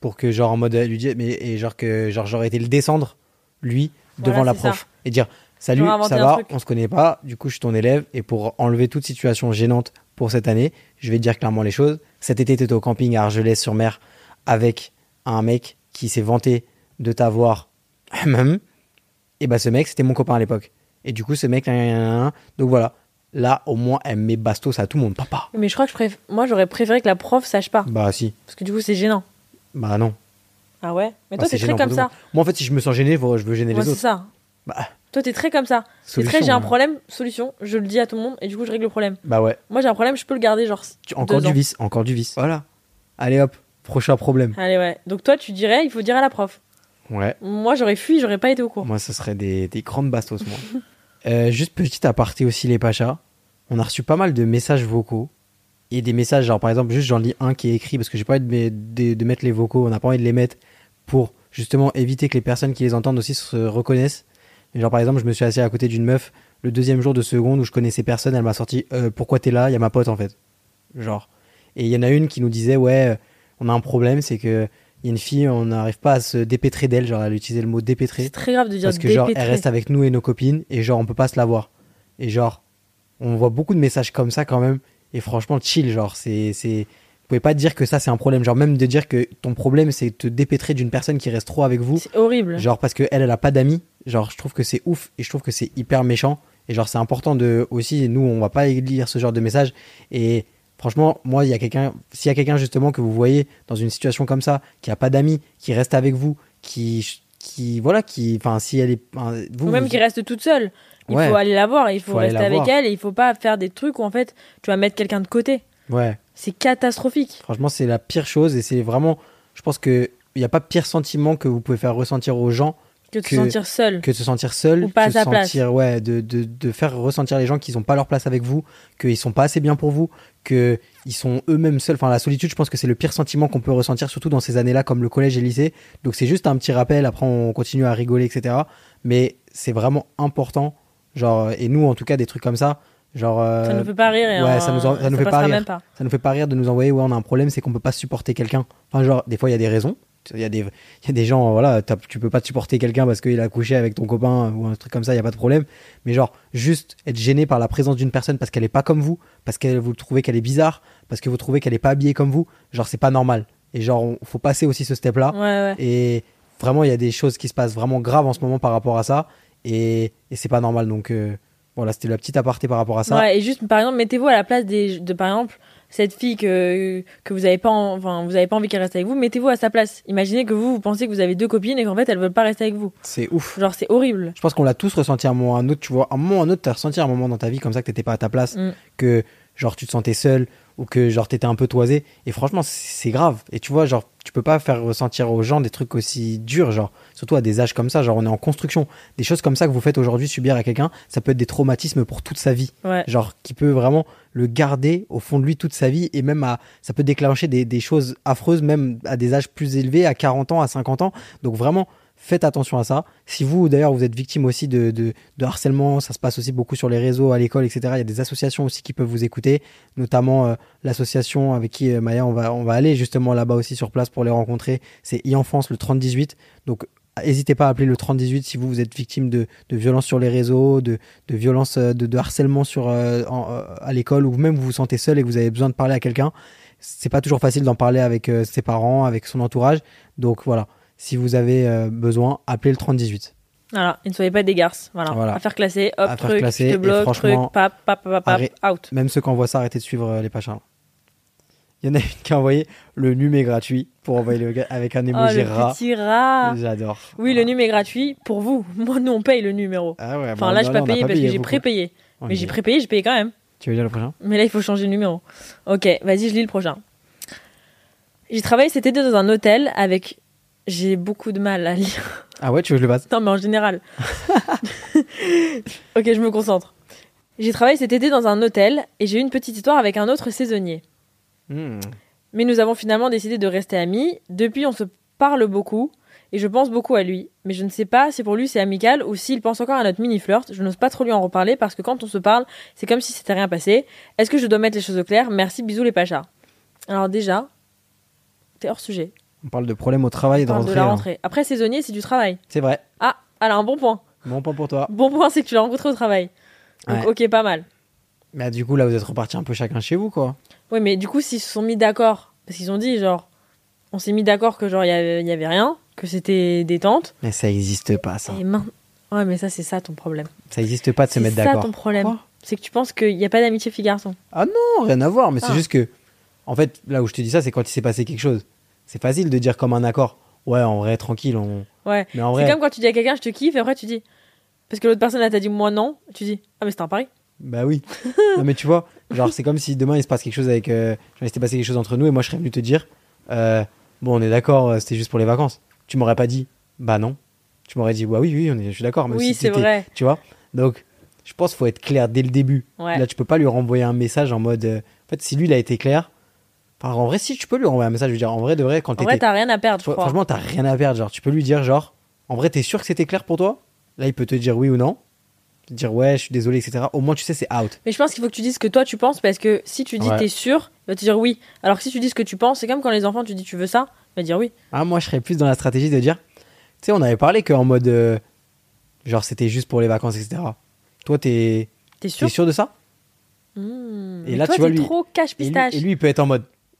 Speaker 2: pour que genre en mode elle lui dire, mais et genre que genre j'aurais été le descendre lui
Speaker 1: Voilà,
Speaker 2: devant la
Speaker 1: c'est
Speaker 2: prof et dire salut,
Speaker 1: J'aurais inventé
Speaker 2: ça
Speaker 1: un
Speaker 2: va,
Speaker 1: truc.
Speaker 2: on se connaît pas, du coup, je suis ton élève et pour enlever toute situation gênante pour cette année, je vais te dire clairement les choses. Cet été, t'étais au camping à Argelès-sur-Mer avec un mec qui s'est vanté de t'avoir et bah ce mec c'était mon copain à l'époque et du coup ce mec donc voilà là au moins elle met bastos à tout le monde papa
Speaker 1: mais je crois que je préf... moi j'aurais préféré que la prof sache pas.
Speaker 2: bah si
Speaker 1: Parce que du coup, c'est gênant.
Speaker 2: bah non
Speaker 1: Ah ouais Mais
Speaker 2: Bah,
Speaker 1: toi,
Speaker 2: c'est
Speaker 1: t'es très
Speaker 2: gênant
Speaker 1: comme
Speaker 2: pour
Speaker 1: ça.
Speaker 2: tout le monde. Moi, en fait, si je me sens gêné, faut- je veux gêner
Speaker 1: Moi,
Speaker 2: les
Speaker 1: c'est
Speaker 2: autres.
Speaker 1: ça.
Speaker 2: Bah,
Speaker 1: Toi, t'es très comme ça. C'est
Speaker 2: solution,
Speaker 1: très, j'ai un
Speaker 2: hein.
Speaker 1: problème, solution, je le dis à tout le monde et du coup, je règle le problème.
Speaker 2: Bah ouais.
Speaker 1: Moi, j'ai un problème, je peux le garder, genre.
Speaker 2: Tu- encore
Speaker 1: deux
Speaker 2: du
Speaker 1: ans.
Speaker 2: vice, encore du vice. Voilà. Allez hop, prochain problème.
Speaker 1: Allez, ouais. Donc, toi, tu dirais, il faut dire à la prof.
Speaker 2: Ouais.
Speaker 1: Moi, j'aurais fui, j'aurais pas été au cours.
Speaker 2: Moi, ce serait des, des grandes bastos, moi. Euh, juste petit aparté aussi, les Pachas. On a reçu pas mal de messages vocaux. Et des messages, genre par exemple, juste j'en lis un qui est écrit parce que j'ai pas envie de, mes- de- de mettre les vocaux, on n'a pas envie de les mettre pour justement éviter que les personnes qui les entendent aussi se reconnaissent. Mais genre par exemple, je me suis assis à côté d'une meuf le deuxième jour de seconde où je connaissais personne, elle m'a sorti euh, Pourquoi t'es là Il y a ma pote en fait. Genre. Et il y en a une qui nous disait Ouais, euh, on a un problème, c'est que il y a une fille, on n'arrive pas à se dépêtrer d'elle. Genre, elle utilisait le mot dépêtrer
Speaker 1: C'est très grave de dire
Speaker 2: parce que genre elle
Speaker 1: dépêtrer.
Speaker 2: reste avec nous et nos copines et genre on peut pas se la voir et genre on voit beaucoup de messages comme ça quand même et franchement chill genre c'est c'est vous pouvez pas dire que ça c'est un problème genre même de dire que ton problème c'est de te dépêtrer d'une personne qui reste trop avec vous
Speaker 1: C'est horrible.
Speaker 2: genre parce que elle elle a pas d'amis genre je trouve que c'est ouf et je trouve que c'est hyper méchant et genre c'est important de aussi nous on va pas lire ce genre de message et franchement moi il y a quelqu'un s'il y a quelqu'un justement que vous voyez dans une situation comme ça qui a pas d'amis qui reste avec vous qui qui voilà qui enfin si elle est enfin, vous
Speaker 1: Ou même
Speaker 2: vous-
Speaker 1: qui reste toute seule. Il
Speaker 2: Ouais.
Speaker 1: faut aller la voir, il faut,
Speaker 2: Faut aller
Speaker 1: rester
Speaker 2: la
Speaker 1: avec
Speaker 2: voir.
Speaker 1: elle et il faut pas faire des trucs où en fait tu vas mettre quelqu'un de côté.
Speaker 2: ouais
Speaker 1: C'est catastrophique.
Speaker 2: franchement c'est la pire chose et c'est vraiment je pense que il n'y a pas pire sentiment que vous pouvez faire ressentir aux gens
Speaker 1: Que de
Speaker 2: Que-
Speaker 1: se sentir seul.
Speaker 2: que de se sentir seul,
Speaker 1: Ou pas à
Speaker 2: de
Speaker 1: sa
Speaker 2: se sentir,
Speaker 1: place.
Speaker 2: ouais, de, de, de faire ressentir les gens qu'ils n'ont pas leur place avec vous, qu'ils sont pas assez bien pour vous, qu'ils sont eux-mêmes seuls. Enfin, la solitude, je pense que c'est le pire sentiment qu'on peut ressentir, surtout dans ces années-là, comme le collège et le lycée. Donc, c'est juste un petit rappel. Après, on continue à rigoler, etc. Mais c'est vraiment important. Genre, et nous, en tout cas, des trucs comme ça. Genre,
Speaker 1: Ça
Speaker 2: euh,
Speaker 1: nous fait pas rire. et
Speaker 2: ouais,
Speaker 1: un-
Speaker 2: ça nous en- ça nous fait pas
Speaker 1: passera
Speaker 2: rire.
Speaker 1: même pas.
Speaker 2: ça nous fait pas rire de nous envoyer ouais on a un problème c'est qu'on peut pas supporter quelqu'un enfin genre des fois il y a des raisons il y a des il y a des gens voilà t'as- tu peux pas supporter quelqu'un parce qu'il a couché avec ton copain ou un truc comme ça il y a pas de problème mais genre juste être gêné par la présence d'une personne parce qu'elle est pas comme vous parce que vous trouvez qu'elle est bizarre parce que vous trouvez qu'elle est pas habillée comme vous genre c'est pas normal et genre on- faut passer aussi ce step là
Speaker 1: Ouais, ouais.
Speaker 2: et vraiment, il y a des choses qui se passent vraiment graves en ce moment par rapport à ça. et, et c'est pas normal. Donc euh, voilà, c'était la petite aparté par rapport à ça.
Speaker 1: Ouais, et juste, par exemple, mettez-vous à la place des, de, par exemple, cette fille que, que vous n'avez pas, en- enfin, vous avez pas envie qu'elle reste avec vous, mettez-vous à sa place. Imaginez que vous, vous pensez que vous avez deux copines et qu'en fait, elles veulent pas rester avec vous.
Speaker 2: C'est ouf.
Speaker 1: Genre, c'est horrible.
Speaker 2: Je pense qu'on l'a tous ressenti à un moment ou à un autre, tu vois. À un moment ou à un autre, t'as ressenti un moment dans ta vie comme ça que t'étais pas à ta place,
Speaker 1: Mm.
Speaker 2: que genre tu te sentais seul ou que genre t'étais un peu toisé. Et franchement, c'est c'est grave. Et tu vois, genre tu peux pas faire ressentir aux gens des trucs aussi durs, genre surtout à des âges comme ça. Genre on est en construction, des choses comme ça que vous faites aujourd'hui subir à quelqu'un, ça peut être des traumatismes pour toute sa vie.
Speaker 1: Ouais.
Speaker 2: Genre qui peut vraiment le garder au fond de lui toute sa vie et même à, ça peut déclencher des, des choses affreuses même à des âges plus élevés, à 40 ans, à 50 ans. Donc vraiment, faites attention à ça. Si vous d'ailleurs vous êtes victime aussi de, de, de harcèlement, ça se passe aussi beaucoup sur les réseaux, à l'école, etc. Il y a des associations aussi qui peuvent vous écouter, notamment euh, l'association avec qui euh, Maya, on va, on va aller justement là-bas aussi sur place pour les rencontrer. C'est e-enfance le 3018. Donc N'hésitez pas à appeler le 3018 si vous, vous êtes victime de, de violences sur les réseaux, de, de violences, euh, de, de harcèlement sur, euh, en- euh, à l'école, ou même vous vous sentez seul et que vous avez besoin de parler à quelqu'un. C'est pas toujours facile d'en parler avec euh, ses parents, avec son entourage. Donc voilà, si vous avez euh, besoin, appelez le 3018.
Speaker 1: Voilà. Et ne soyez pas des garces. Voilà.
Speaker 2: Voilà.
Speaker 1: Affaire classée, hop,
Speaker 2: Affaire
Speaker 1: truc,
Speaker 2: classée,
Speaker 1: je te
Speaker 2: et
Speaker 1: bloque, truc,
Speaker 2: franchement,
Speaker 1: pap, pap, pap, pap,
Speaker 2: arrête.
Speaker 1: out.
Speaker 2: Même ceux qui envoient ça, arrêtez de suivre euh, les pachins. Il y en a une qui a envoyé le num est gratuit pour envoyer le gars avec un
Speaker 1: Oh,
Speaker 2: emoji
Speaker 1: le
Speaker 2: rat.
Speaker 1: petit rat.
Speaker 2: J'adore.
Speaker 1: Oui, le numéro est gratuit pour vous. Moi, nous, on paye le numéro.
Speaker 2: Ah ouais,
Speaker 1: Enfin,
Speaker 2: bah,
Speaker 1: là, je
Speaker 2: non,
Speaker 1: n'ai pas
Speaker 2: non, on a
Speaker 1: payé parce que j'ai
Speaker 2: beaucoup.
Speaker 1: prépayé.
Speaker 2: Ok.
Speaker 1: Mais j'ai prépayé, j'ai payé quand même.
Speaker 2: Tu veux dire le prochain
Speaker 1: Mais là, il faut changer le numéro. Ok, vas-y, je lis le prochain. J'ai travaillé cet été dans un hôtel avec. J'ai beaucoup de mal à lire.
Speaker 2: Ah ouais, tu veux que je le passe
Speaker 1: Non, mais en général. ok, je me concentre. J'ai travaillé cet été dans un hôtel et j'ai eu une petite histoire avec un autre saisonnier.
Speaker 2: Hmm.
Speaker 1: Mais nous avons finalement décidé de rester amis. Depuis, on se parle beaucoup et je pense beaucoup à lui. Mais je ne sais pas si pour lui c'est amical ou s'il pense encore à notre mini-flirt. Je n'ose pas trop lui en reparler parce que quand on se parle, c'est comme si c'était rien passé. Est-ce que je dois mettre les choses au clair Merci, bisous les pachas. Alors déjà, t'es hors sujet.
Speaker 2: On parle de problème au travail et
Speaker 1: On
Speaker 2: de
Speaker 1: parle
Speaker 2: hein. rentrée.
Speaker 1: de la
Speaker 2: là.
Speaker 1: rentrée. Après, saisonnier, c'est du travail.
Speaker 2: C'est vrai.
Speaker 1: Ah, alors un bon point.
Speaker 2: Bon point pour toi.
Speaker 1: Bon point, c'est que tu l'as rencontré au travail. Donc
Speaker 2: Ouais.
Speaker 1: ok, pas mal.
Speaker 2: Bah, du coup, là, vous êtes repartis un peu chacun chez vous, quoi.
Speaker 1: Oui, mais du coup, s'ils se sont mis d'accord, parce qu'ils ont dit, genre, on s'est mis d'accord que, genre, il y avait, il y avait rien, que c'était détente.
Speaker 2: Mais ça existe pas, ça.
Speaker 1: Et maintenant. Ouais, mais ça, c'est ça ton problème.
Speaker 2: Ça existe pas de se
Speaker 1: C'est
Speaker 2: mettre
Speaker 1: ça
Speaker 2: d'accord.
Speaker 1: ton problème.
Speaker 2: Quoi
Speaker 1: C'est que tu penses qu'il n'y a pas d'amitié fille-garçon.
Speaker 2: Non, rien à voir, mais
Speaker 1: Ah.
Speaker 2: c'est juste que. En fait, là où je te dis ça, c'est quand il s'est passé quelque chose. C'est facile de dire comme un accord. Ouais, en vrai, tranquille, on.
Speaker 1: Ouais.
Speaker 2: Mais en
Speaker 1: C'est
Speaker 2: vrai.
Speaker 1: comme quand tu dis à quelqu'un, je te kiffe, et après tu dis. Parce que l'autre personne, là, t'a dit, moi non. Tu dis, ah, mais c'est un pari.
Speaker 2: Bah oui. non, mais tu vois, genre, c'est comme si demain il se passe quelque chose avec. euh, genre, il s'était passé quelque chose entre nous et moi, je serais venu te dire. euh, bon, on est d'accord, euh, c'était juste pour les vacances. Tu m'aurais pas dit. Bah non. Tu m'aurais dit, bah oui, oui, on est- je suis d'accord. même
Speaker 1: Oui,
Speaker 2: si
Speaker 1: c'est
Speaker 2: t'étais-
Speaker 1: vrai.
Speaker 2: Tu vois Donc, je pense qu'il faut être clair dès le début.
Speaker 1: Ouais.
Speaker 2: Là, tu peux pas lui renvoyer un message en mode. euh, en fait, si lui, il a été clair. Enfin, en vrai, si tu peux lui renvoyer un message, je veux dire, en vrai, de vrai, quand
Speaker 1: En vrai,
Speaker 2: t'étais.
Speaker 1: t'as rien à perdre, je
Speaker 2: Fr-
Speaker 1: crois.
Speaker 2: Franchement, t'as rien à perdre. Genre, tu peux lui dire, genre, en vrai, t'es sûr que c'était clair pour toi Là, il peut te dire oui ou non. Te dire ouais, je suis désolé, etc. Au moins, tu sais, c'est out.
Speaker 1: Mais je pense qu'il faut que tu dises ce que toi tu penses parce que si tu dis
Speaker 2: Ouais.
Speaker 1: t'es sûr, il va te dire oui. Alors que si tu dis ce que tu penses, c'est comme quand les enfants tu dis tu veux ça, il va dire oui.
Speaker 2: Ah, moi, je serais plus dans la stratégie de dire, tu sais, on avait parlé qu'en mode, euh, genre, c'était juste pour les vacances, etc. Toi, t'es
Speaker 1: T'es
Speaker 2: t'es
Speaker 1: sûr
Speaker 2: sûr de ça
Speaker 1: Mmh.
Speaker 2: Et
Speaker 1: Mais
Speaker 2: là,
Speaker 1: toi,
Speaker 2: tu vois,
Speaker 1: t'es
Speaker 2: lui-
Speaker 1: trop cache
Speaker 2: et lui,
Speaker 1: pistache.
Speaker 2: et lui, il peut être en mode,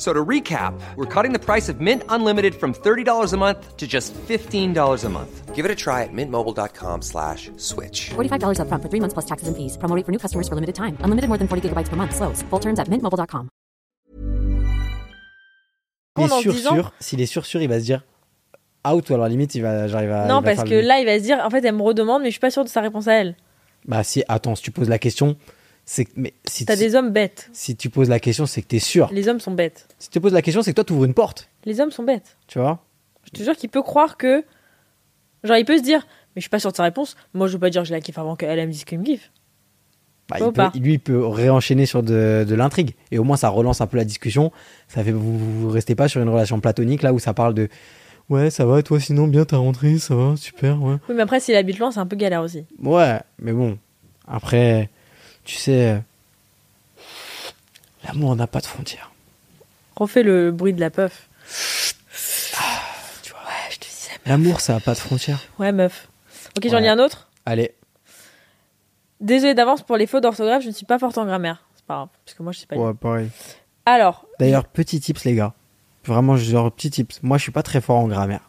Speaker 3: So to recap, we're cutting the price of Mint Unlimited from $30 a month to just $15 a month. Give it a try at mintmobile.com slash switch.
Speaker 4: $45 up front for three months plus taxes and fees. Promo rate for new customers for limited time. Unlimited more than 40 gigabytes per month. Slows. Full terms at mintmobile.com.
Speaker 2: il est
Speaker 1: dans
Speaker 2: sûr,
Speaker 1: 10 ans.
Speaker 2: sûr. S'il est sûr, sûr, il va se dire out, ou alors limite, il va, genre, il va.
Speaker 1: non,
Speaker 2: il va
Speaker 1: parce
Speaker 2: faire
Speaker 1: que
Speaker 2: le-
Speaker 1: là, il va se dire en fait, elle me redemande, mais je suis pas sûre de sa réponse à elle.
Speaker 2: Bah si, attends, si tu poses la question, c'est que- mais si,
Speaker 1: T'as
Speaker 2: si,
Speaker 1: des hommes bêtes.
Speaker 2: si tu poses la question, c'est que t'es sûr.
Speaker 1: Les hommes sont bêtes.
Speaker 2: Si tu poses la question, c'est que toi t'ouvres une porte,
Speaker 1: Les hommes sont bêtes.
Speaker 2: tu vois.
Speaker 1: Je te jure qu'il peut croire que. Genre, il peut se dire, mais je suis pas sûre de sa réponse. Moi, je veux pas dire je la kiffe avant qu'elle elle me dise qu'elle me kiffe.
Speaker 2: Bah,
Speaker 1: Faut
Speaker 2: il
Speaker 1: pas.
Speaker 2: peut- lui, il peut réenchaîner sur de, de l'intrigue. Et au moins, ça relance un peu la discussion. Ça fait, vous, vous- vous restez pas sur une relation platonique, là où ça parle de Ouais, ça va, toi sinon, bien, t'as rentré, ça va, super, ouais.
Speaker 1: Oui, mais après, s'il habite loin, c'est un peu galère aussi.
Speaker 2: Ouais, mais bon. Après, tu sais, l'amour n'a pas de frontières.
Speaker 1: Refais le bruit de la puff.
Speaker 2: Ah, tu
Speaker 1: vois, ouais, je te disais.
Speaker 2: L'amour, ça a pas de frontières.
Speaker 1: Ouais, meuf. Ok, j'en
Speaker 2: Ouais.
Speaker 1: lis un autre.
Speaker 2: Allez,
Speaker 1: Désolé d'avance pour les fautes d'orthographe, je ne suis pas forte en grammaire. C'est pas grave, parce que moi, je sais pas lire.
Speaker 2: ouais, pareil.
Speaker 1: Alors,
Speaker 2: D'ailleurs, petit tips, les gars. Vraiment, genre, petit tips. Moi, je suis pas très fort en grammaire.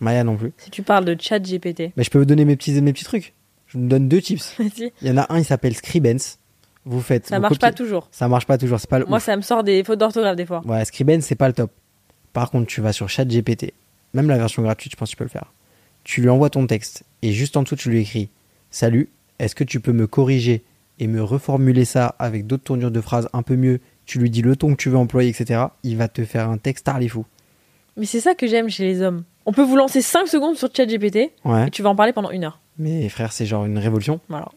Speaker 2: Maya non plus.
Speaker 1: si tu parles de chat GPT,
Speaker 2: Mais je peux vous donner mes petits, mes petits trucs. Je vous donne deux tips.
Speaker 1: vas-y.
Speaker 2: Il y en a un, il s'appelle Scribens. Vous faites.
Speaker 1: ça
Speaker 2: vous
Speaker 1: marche
Speaker 2: copiez-
Speaker 1: pas toujours.
Speaker 2: Ça marche pas toujours. C'est pas le.
Speaker 1: Moi,
Speaker 2: ouf.
Speaker 1: ça me sort des fautes d'orthographe des fois.
Speaker 2: Ouais, Scribens, c'est pas le top. Par contre, tu vas sur ChatGPT. Même la version gratuite, je pense que tu peux le faire. Tu lui envoies ton texte et juste en dessous, tu lui écris Salut, est-ce que tu peux me corriger et me reformuler ça avec d'autres tournures de phrases un peu mieux Tu lui dis le ton que tu veux employer, etc. Il va te faire un texte tarlifou.
Speaker 1: Mais c'est ça que j'aime chez les hommes. On peut vous lancer 5 secondes sur chat GPT
Speaker 2: Ouais.
Speaker 1: et tu vas en parler pendant une heure.
Speaker 2: Mais frère, c'est genre une révolution.
Speaker 1: Voilà.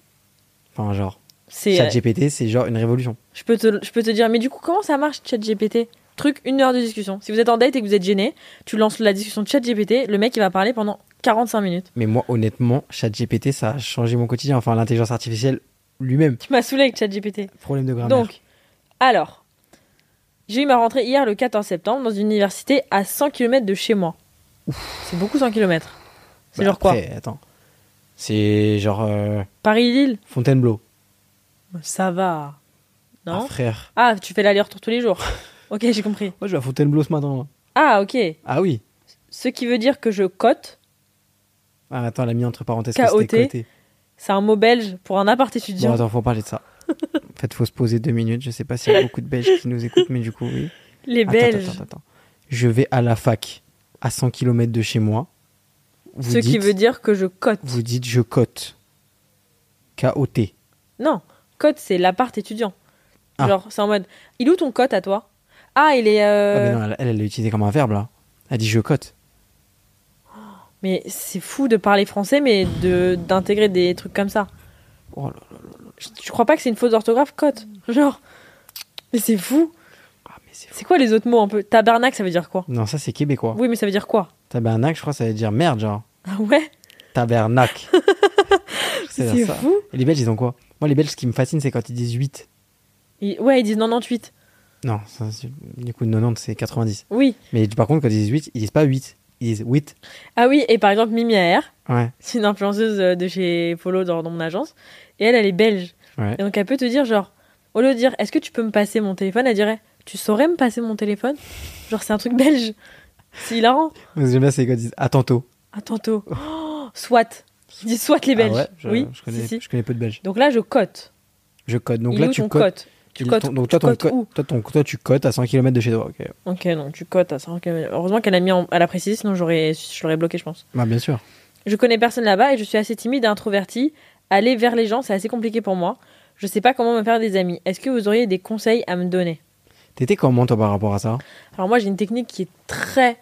Speaker 2: Enfin, genre.
Speaker 1: C'est, euh,
Speaker 2: ChatGPT, c'est genre une révolution.
Speaker 1: je, peux te, je peux te dire, mais du coup, comment ça marche chat GPT Truc, une heure de discussion. Si vous êtes en date et que vous êtes gêné, tu lances la discussion chat GPT, le mec, il va parler pendant 45 minutes.
Speaker 2: Mais moi, honnêtement, ChatGPT, ça a changé mon quotidien. Enfin, l'intelligence artificielle lui-même.
Speaker 1: Tu m'as saoulé avec chat GPT.
Speaker 2: Problème de grammaire.
Speaker 1: Donc, alors, j'ai eu ma rentrée hier le 14 septembre dans une université à 100 km de chez moi. C'est beaucoup 100 km. C'est
Speaker 2: Bah,
Speaker 1: genre quoi
Speaker 2: après, Attends. C'est genre euh,
Speaker 1: Paris-Lille
Speaker 2: Fontainebleau.
Speaker 1: Ça va.
Speaker 2: Ah,
Speaker 1: Non
Speaker 2: frère.
Speaker 1: Ah, tu fais l'aller-retour tous les jours. ok, j'ai compris.
Speaker 2: Moi, je vais à Fontainebleau ce matin. là.
Speaker 1: Ah, ok.
Speaker 2: Ah oui.
Speaker 1: Ce qui veut dire que je cote,
Speaker 2: Ah, attends, elle a mis entre parenthèses que c'était
Speaker 1: K.O.T..
Speaker 2: côté.
Speaker 1: c'est un mot belge pour un appart
Speaker 2: Bon,
Speaker 1: étudiant.
Speaker 2: attends, faut parler de ça. en fait, faut se poser deux minutes. Je sais pas s'il y a beaucoup de Belges qui nous écoutent, mais du coup, oui.
Speaker 1: Les
Speaker 2: Attends,
Speaker 1: Belges.
Speaker 2: Attends, attends, attends. Je vais à la fac, à 100 km de chez moi. Vous
Speaker 1: Ce qui
Speaker 2: dites-
Speaker 1: veut dire que je cote.
Speaker 2: Vous dites je cote. K.O.T.
Speaker 1: Non, cote, c'est l'appart étudiant.
Speaker 2: Ah.
Speaker 1: Genre, c'est en mode, il est où ton cote à toi Ah, il est. euh,
Speaker 2: Ah, mais non, elle- elle elle l'a utilisé comme un verbe là. Elle dit je cote.
Speaker 1: Mais c'est fou de parler français, mais de d'intégrer des trucs comme ça.
Speaker 2: Oh là là.
Speaker 1: Je, je crois pas que c'est une faute d'orthographe, cote. Genre. Mais c'est fou.
Speaker 2: Ah, mais c'est fou.
Speaker 1: C'est quoi les autres mots un peu Tabarnak, ça veut dire quoi
Speaker 2: Non, ça c'est québécois.
Speaker 1: Oui, mais ça veut dire quoi
Speaker 2: Tabernacle, je crois, ça veut dire merde, genre.
Speaker 1: Ah ouais
Speaker 2: Tabernacle.
Speaker 1: C'est,
Speaker 2: dire ça.
Speaker 1: fou.
Speaker 2: Et les Belges, ils ont quoi Moi, les Belges, ce qui me fascine, c'est quand ils disent 8.
Speaker 1: Ils- ouais, ils disent 98.
Speaker 2: Non, ça, c'est- du coup, 90, c'est 90.
Speaker 1: Oui.
Speaker 2: Mais par contre, quand ils disent 8, ils disent pas 8. Ils disent 8.
Speaker 1: Ah oui, et par exemple, Mimi AR,
Speaker 2: Ouais.
Speaker 1: c'est une influenceuse euh, de chez Polo dans, dans mon agence, et elle, elle est belge.
Speaker 2: Ouais.
Speaker 1: Et donc, elle peut te dire, genre, au lieu de dire, est-ce que tu peux me passer mon téléphone Elle dirait, tu saurais me passer mon téléphone Genre, c'est un truc belge. C'est hilarant.
Speaker 2: Ce que j'aime bien, c'est quand ils disent à tantôt.
Speaker 1: À tantôt. Oh, soit. Ils disent soit les Belges.
Speaker 2: Ah ouais, je,
Speaker 1: oui,
Speaker 2: je connais,
Speaker 1: si, si.
Speaker 2: je connais peu de Belges.
Speaker 1: Donc là, je cote.
Speaker 2: Je code. Donc
Speaker 1: Il est
Speaker 2: là,
Speaker 1: où
Speaker 2: tu
Speaker 1: ton
Speaker 2: cotes.
Speaker 1: cote Tu
Speaker 2: Il-
Speaker 1: cotes-
Speaker 2: ton- donc
Speaker 1: tu
Speaker 2: toi, ton
Speaker 1: cotes
Speaker 2: cote-
Speaker 1: où
Speaker 2: toi, ton- toi, tu cotes à 100 km de chez toi. Ok.
Speaker 1: Ok, donc tu cotes à 100 km. Heureusement qu'elle a mis en- elle a précisé, sinon j'aurais, je l'aurais bloqué, je pense.
Speaker 2: Bah, bien sûr.
Speaker 1: Je connais personne là-bas et je suis assez timide et introvertie. Aller vers les gens, c'est assez compliqué pour moi. Je sais pas comment me faire des amis. Est-ce que vous auriez des conseils à me donner
Speaker 2: T'étais comment, toi, par rapport à ça
Speaker 1: Alors moi, j'ai une technique qui est très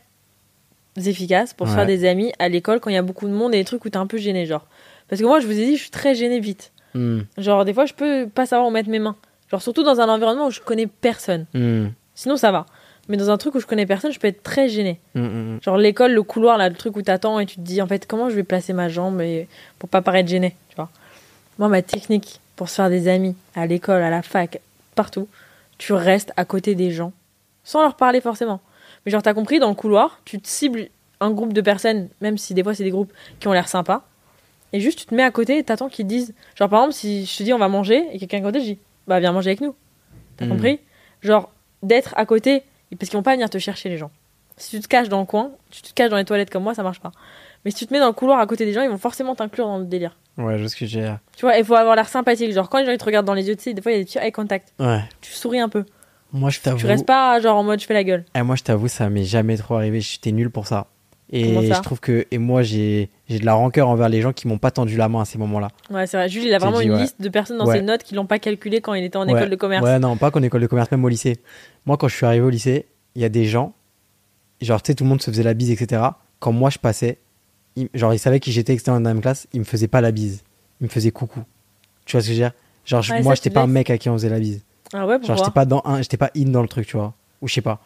Speaker 1: efficace pour se
Speaker 2: Ouais.
Speaker 1: faire des amis à l'école quand il y a beaucoup de monde et des trucs où t'es un peu gêné, genre. Parce que moi, je vous ai dit, je suis très gênée vite.
Speaker 2: Hmm,
Speaker 1: Genre, des fois, je peux pas savoir où mettre mes mains. Genre, surtout dans un environnement où je connais personne.
Speaker 2: hmm,
Speaker 1: Sinon, ça va. Mais dans un truc où je connais personne, je peux être très gênée.
Speaker 2: hmm, hmm, hmm.
Speaker 1: Genre l'école, le couloir, là, le truc où t'attends et tu te dis en fait comment je vais placer ma jambe et... pour pas paraître gêné, tu vois. Moi, ma technique pour se faire des amis à l'école, à la fac, partout, tu restes à côté des gens sans leur parler forcément. Mais genre t'as compris, dans le couloir, tu te cibles un groupe de personnes, même si des fois c'est des groupes qui ont l'air sympas, et juste tu te mets à côté et t'attends qu'ils te disent. Genre par exemple, si je te dis on va manger et quelqu'un à côté, je dis bah viens manger avec nous. T'as
Speaker 2: Mm.
Speaker 1: compris Genre d'être à côté, parce qu'ils vont pas venir te chercher les gens. Si tu te caches dans le coin, tu te caches dans les toilettes comme moi, ça marche pas. Mais si tu te mets dans le couloir à côté des gens, ils vont forcément t'inclure dans le délire.
Speaker 2: hmm. Ouais, je vois ce que j'ai.
Speaker 1: Tu vois, il faut avoir l'air sympathique. Genre quand les gens ils te regardent dans les yeux, tu sais, des fois il y a des petits eye contact.
Speaker 2: Ouais.
Speaker 1: Tu souris un peu.
Speaker 2: Moi, je t'avoue.
Speaker 1: Tu restes pas genre en mode je fais la gueule.
Speaker 2: Eh, moi, je t'avoue, ça m'est jamais trop arrivé. J'étais nul pour ça. Et
Speaker 1: Comment ça
Speaker 2: je trouve que et moi, j'ai j'ai de la rancœur envers les gens qui m'ont pas tendu la main à ces moments-là.
Speaker 1: Ouais, c'est vrai. Jules, il a
Speaker 2: T'es
Speaker 1: vraiment
Speaker 2: dit,
Speaker 1: une
Speaker 2: ouais.
Speaker 1: liste de personnes dans
Speaker 2: Ouais.
Speaker 1: ses notes qui l'ont pas calculé quand il était en
Speaker 2: Ouais.
Speaker 1: école de commerce.
Speaker 2: Ouais, non, pas qu'en école de commerce, même au lycée. Moi, quand je suis arrivé au lycée, il y a des gens, genre, tu sais, tout le monde se faisait la bise, etc. Quand moi, je passais, ils- genre, ils savaient qui j'étais, etc. dans la même classe, ils me faisaient pas la bise. Ils me faisaient coucou. Tu vois ce que je veux dire Genre, je-
Speaker 1: Ouais,
Speaker 2: moi,
Speaker 1: ça, tu
Speaker 2: j'étais pas un
Speaker 1: disais.
Speaker 2: mec à qui on faisait la bise.
Speaker 1: Ah ouais, pourquoi
Speaker 2: Genre, j'étais pas, dans un, j'étais pas in dans le truc, tu vois. Ou je sais pas.